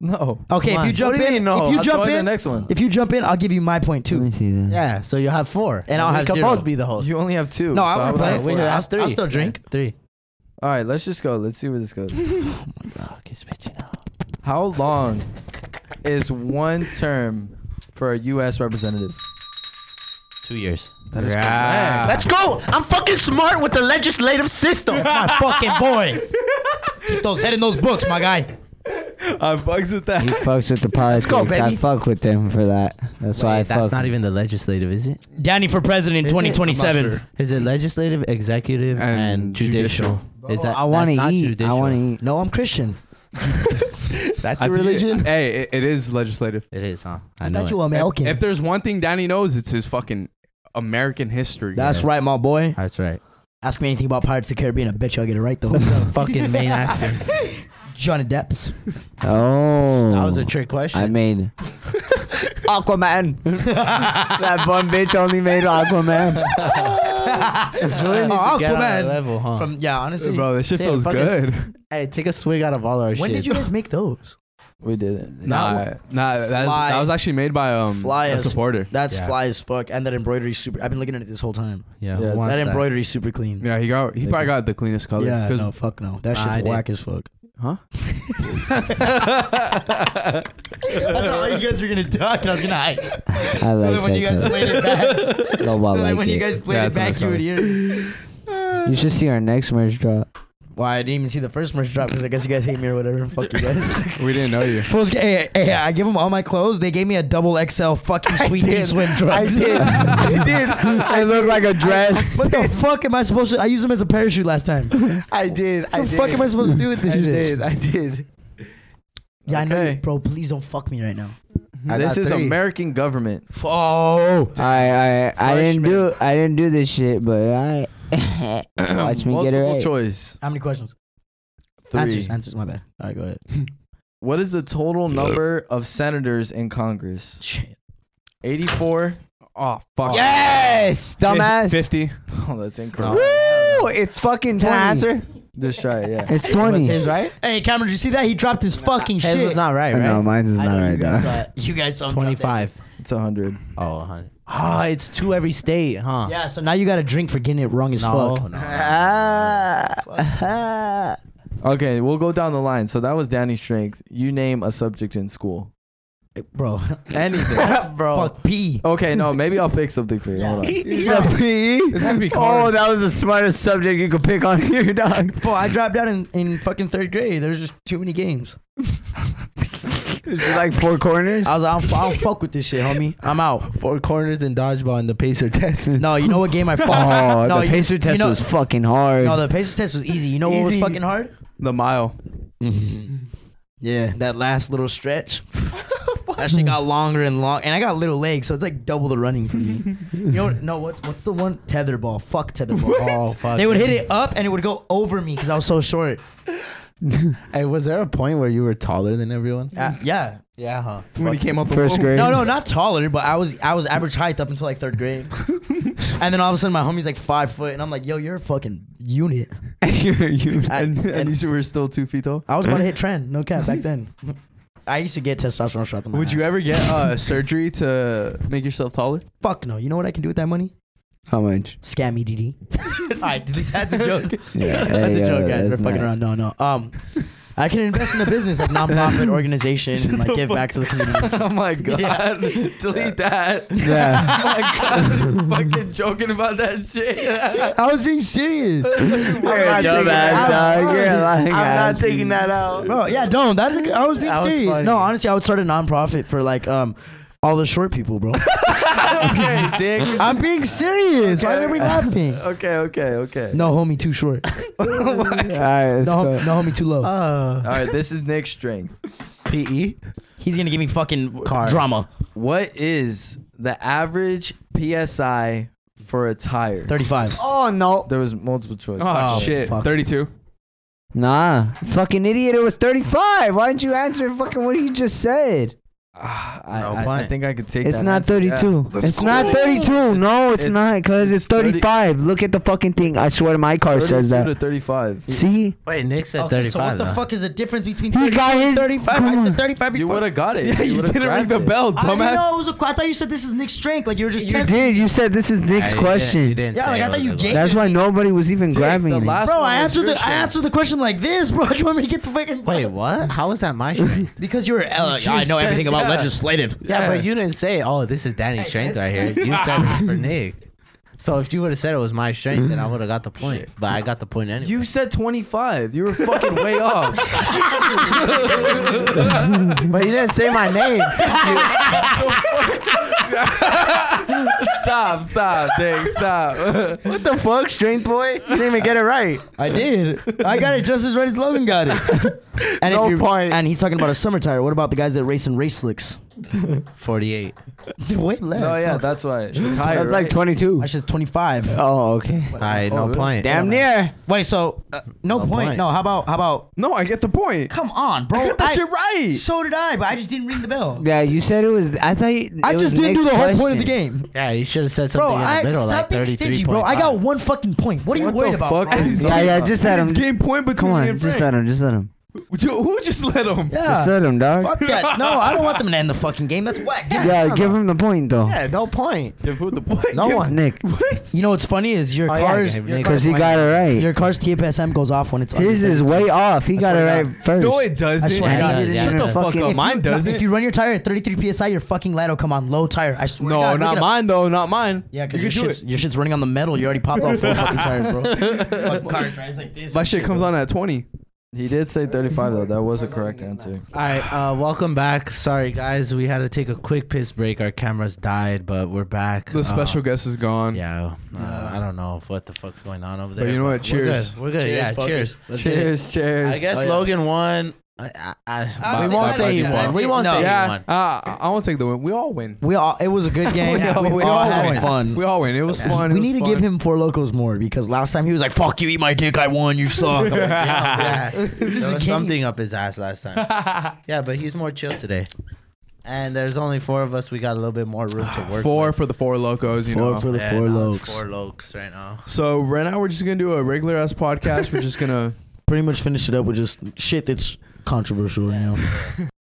No.
Okay,
Come
if you
on.
jump
What do you
in,
mean, no?
if you
I'll
jump
join the
in,
next one.
if you jump in, I'll give you my point
Let
too.
me see that.
Yeah, so you'll have four,
And I'll
we
have
can
zero.
both be the host.
You only have two.
No, I
so
wanna
would
play
have
for
we
it.
four.
have
I'll-
three.
I'll still drink.
Yeah, three.
All right, let's just go. Let's see where this goes.
Fuck, he's bitching out.
How long is one term for a U.S. representative?
Two years.
That is
Yeah.
correct.
Let's go. I'm fucking smart with the legislative system.
My fucking boy. Keep those head in those books, my guy.
I bugs with that.
He fucks with the politics.
go,
I
baby.
fuck with them for that. That's why I fuck.
That's not even the legislative, is it?
Danny for president
Is it? I'm not
2027.
Is it legislative, executive,
And
and, judicial? Is that
I want
that's
to
not
eat. I
Judicial.
want to eat.
No, I'm Christian.
That's
I
your
think it-
religion.
hey, it, it is legislative.
It is, huh?
I
know
thought
it.
you um, were American.
If there's one thing Danny knows, it's his fucking American history.
That's right, my boy.
That's right.
Ask me anything about Pirates of the Caribbean. I bet you I'll get it right the whole time.
Fucking main actor.
Johnny Depp's.
Oh,
That was a trick question.
I made Aquaman. that bum bitch only made Aquaman.
Julian needs
Oh,
to get on that
Aquaman.
level, huh?
From yeah, honestly.
bro. This shit
Damn,
feels
fuck
good.
it. hey, take a swig out of all our shit.
when did you guys make those?
We did it.
Nah, nah. That, that
Fly.
was actually made by um
Fly
a
as-
supporter.
That's
Yeah.
fly as fuck, and that embroidery super. I've been looking at it this whole time.
Yeah,
Yeah,
who
it's-
wants
that
that
embroidery super clean.
Yeah, he got he probably got the cleanest color.
Yeah,
'cause-
no, fuck no. That
Nah,
shit's
I did.
whack as fuck.
Huh?
I thought you guys were gonna talk, and I was gonna hide.
I like that. color.
it back,
Lobo, I like it.
played
Yeah, it's a nice color.
hear.
you should see our next merch drop.
Why I didn't even see the first merch drop because I guess you guys hate me or whatever. Fuck you guys.
We didn't know you.
Fools, hey, hey, I give them all my clothes. They gave me a double XL fucking sweet D swim trunks.
I did. It looked like a dress.
What the fuck am I supposed to? I used them as a parachute last time. What
I did. I
the
did.
fuck am I supposed to do with this
I
shit?
did. I did.
Yeah, I know,
Okay.
you, bro. Please don't fuck me right now.
I
this
got
is
three.
American government.
Oh,
I I I didn't do I didn't do this shit, but I watch me get it
Multiple
right.
choice.
how many questions?
Three.
Answers, answers. My bad. All right, go ahead.
What is the total number of senators in Congress?
Shit.
84.
Oh fuck.
Yes, dumbass.
Fifty.
Oh, that's incorrect.
Woo! It's fucking
Can I
twenty.
answer?
Just try it. Yeah.
It's
Was
twenty.
his right?
Hey, Cameron, did you see that? He dropped his fucking
His
shit.
was not right, right?
No, mine's is
I
not
know you
right
guys
now.
saw it. You guys saw him drop that.
Twenty-five.
It's 100.
Oh, 100. Ah, it's two every state, huh?
Yeah, so now you got to drink for getting it wrong as
No,
fuck.
no.
Ah.
Okay, we'll go down the line. So that was Danny's strength. You name a subject in school.
Bro,
Anything.
Bro.
fuck P.
okay, no, maybe I'll pick something for you. Hold on.
It's gonna be
Oh,
cars.
that was the smartest subject you could pick on here, dog.
Bro, I dropped out in, in fucking third grade. There's just too many games.
like four corners.
I was like, I don't, I don't fuck with this shit, homie. I'm out.
Four corners and dodgeball and the pacer test.
No, you know what game I fucked?
Oh,
no,
the
you-
pacer
you
test
know-
was fucking hard.
No, the pacer test was easy. You know what was
Easy.
fucking hard?
the mile.
Yeah, that last little stretch. that shit
Hmm.
got longer and long, and I got little legs, so it's like double the running for me. you know, what, no, what's what's the one tetherball? Fuck tetherball.
Oh, fuck.
They would hit it up, and it would go over me because I was so short.
Hey, was there a point where you were taller than everyone?
Uh, yeah.
Yeah, huh?
When he came out the
first
womb.
grade.
No, no, not taller, but I was I was average height up until like third grade, and then all of a sudden my homie's like five foot, and I'm like, yo, you're a fucking unit.
and, and, you were still two feet tall.
I was about to hit trend, no cap, back then. I used to get testosterone shots. In my
Would you
ass.
ever get uh, surgery to make yourself taller?
Fuck no. You know what I can do with that money?
How much?
Scam E me, DD. all right, that's a joke.
Yeah,
That's a joke, guys.
that's
We're fucking
not-
around. No, no. Um, I can invest in a business like nonprofit organization and like give back to the community.
Oh my god!
Yeah.
Delete that.
Yeah.
Oh my god! fucking joking about that shit.
I was being serious,
You're a dumbass, dog. You're a lying ass. I'm not taking that out.
bro. Yeah, don't. That's a, I was being
That was
serious.
funny.
No, honestly, I would start a nonprofit for like um. All the short people, bro.
okay, dick.
I'm being serious. Why are we laughing?
Okay, okay, okay. Oh
No, homie, too short.
All right, let's
No,
go.
hom- no homie, too low.
Uh,
All right, this is Nick's strength.
PE?
He He's gonna give me fucking
Cars.
drama.
What is the average PSI for a tire?
Thirty-five.
Oh no.
There was multiple choice.
Oh,
Oh,
shit.
fuck.
32.
Nah, fucking idiot. It was 35. Why didn't you answer fucking what he just said?
Ah, I,
No
I- I
point.
think I could take
It's
that
not
answer.
32.
Yeah.
It's not 32. No, it's,
it's-
not, cuz it's
it's 30
35. Look at the fucking thing. I swear to my car
32
says
to
that.
35.
See?
Wait, Nick said
Okay,
35.
so what the
though.
fuck is the difference between
He
32
got
and
his-
35?
come
I
on.
said 35
You
before.
would have got it.
Yeah, you
would've
didn't ring
grabbed
the
it.
bell,
I didn't know it
dumbass.
was a, I thought you said this is Nick's drink. Like you were just
You
testing.
did. You said this is
Yeah,
Nick's
you didn't- you
question.
didn't
Yeah,
say
like, I
it
thought
was
you
a
gave-
lie.
That's why nobody was even
Dude,
grabbing
the
it.
last
Bro,
one was
I answered
your
the I
shit.
answered the question like this, bro. You want me to get the fucking
Wait, what? How is that my strength?
Because you were uh, I know
said-
everything about
yeah.
legislative.
yeah, but you didn't say, oh, this is Danny's strength right here. You said it was for Nick. So if you would have said it was my strength, then I would have got the point. But I got the point anyway.
You said 25. You were fucking way off.
but you didn't say my name.
stop, stop, Dang, stop.
what the fuck, strength boy? You didn't even get it right.
I did. I got it just as right as Logan got it. And
No
if you're,
point.
And he's talking about a summer tire. What about the guys that race in race slicks?
48.
Wait, less.
oh, yeah, that's why. Tired,
That's like
right?
22.
I should 25.
Oh, okay.
All right, no point.
Damn near.
Wait, so uh,
No
no, point.
point.
No, how about how about?
No, I get the point.
Come on, bro.
I got that
I-
shit right.
So did I, but I just didn't ring the bell.
Yeah, you said it was. I thought you,
I
it
just
was
didn't do
Nick's
the whole point of the
question.
game,
Yeah, you should have said
bro.
something in the
I
middle,
stop
like
being
33.
stingy, bro. I got one fucking point. What are
What
you worried
the
about?
fuck
bro?
is
Yeah, yeah, just let
It's
him.
game point between
Come
me
on,
and
just
Frank.
let him. Just let him.
Yo, Who just let him?
Just let him, dog.
Fuck that. No, I don't want them to end the fucking game. That's whack. Give-
Yeah, give him the point though.
Yeah, no point.
Give who the point?
No
Give-
one.
Nick,
You know what's funny is your
Oh, yeah,
car's
Gabe,
your
Nick.
because
car's,
he got it right.
your car's TPSM goes off when it's
His
under
is
32.
way off. He got it
swear to
right
God.
first.
No, it doesn't.
I swear to God.
Yeah, yeah,
Shut
yeah.
the fuck
If
up.
you-
Mine
no,
doesn't.
If you run your tire at 33 psi, your fucking light will come on low tire. I swear. to
No,
God, look
not
it up.
mine though. Not mine.
Yeah, because
You
your
could do
shit's
it.
your shit's running on the metal. You already popped off full fucking tires, bro. Fucking car drives like this.
My shit comes on at 20.
He did say 35, though. That was a correct answer.
All right, uh, welcome back. Sorry, guys, we had to take a quick piss break. Our cameras died, but we're back.
The
Uh,
special guest is gone.
Yeah, uh, I don't know if what the fuck's going on over
But
there.
you know what?
but
Cheers.
We're good. We're good. yeah, cheers.
Cheers, cheers.
I guess
Oh, yeah.
Logan won. I, I, I, we won't
think I
say he
did.
won. We won't
No.
say
Yeah,
he won.
uh, I won't take the win. We all win.
We all. It was a good game.
Yeah,
we,
we
all,
all
had
win.
fun.
We all win. It was fun.
we
It was
need to
fun.
give him four locos more because last time he was like, "Fuck you, eat my dick. I won. You suck." I'm like, "Yeah, bro."
Yeah. there was
king.
something up his ass last time. yeah, but he's more chill today. And there's only four of us. We got a little bit more room to work.
four
with.
for the four locos. You know.
for the
Yeah,
four
no,
lokes.
it's Four lokes right now.
so right now we're just gonna do a regular ass podcast. We're just gonna.
Pretty much finish it up with just shit that's controversial right now.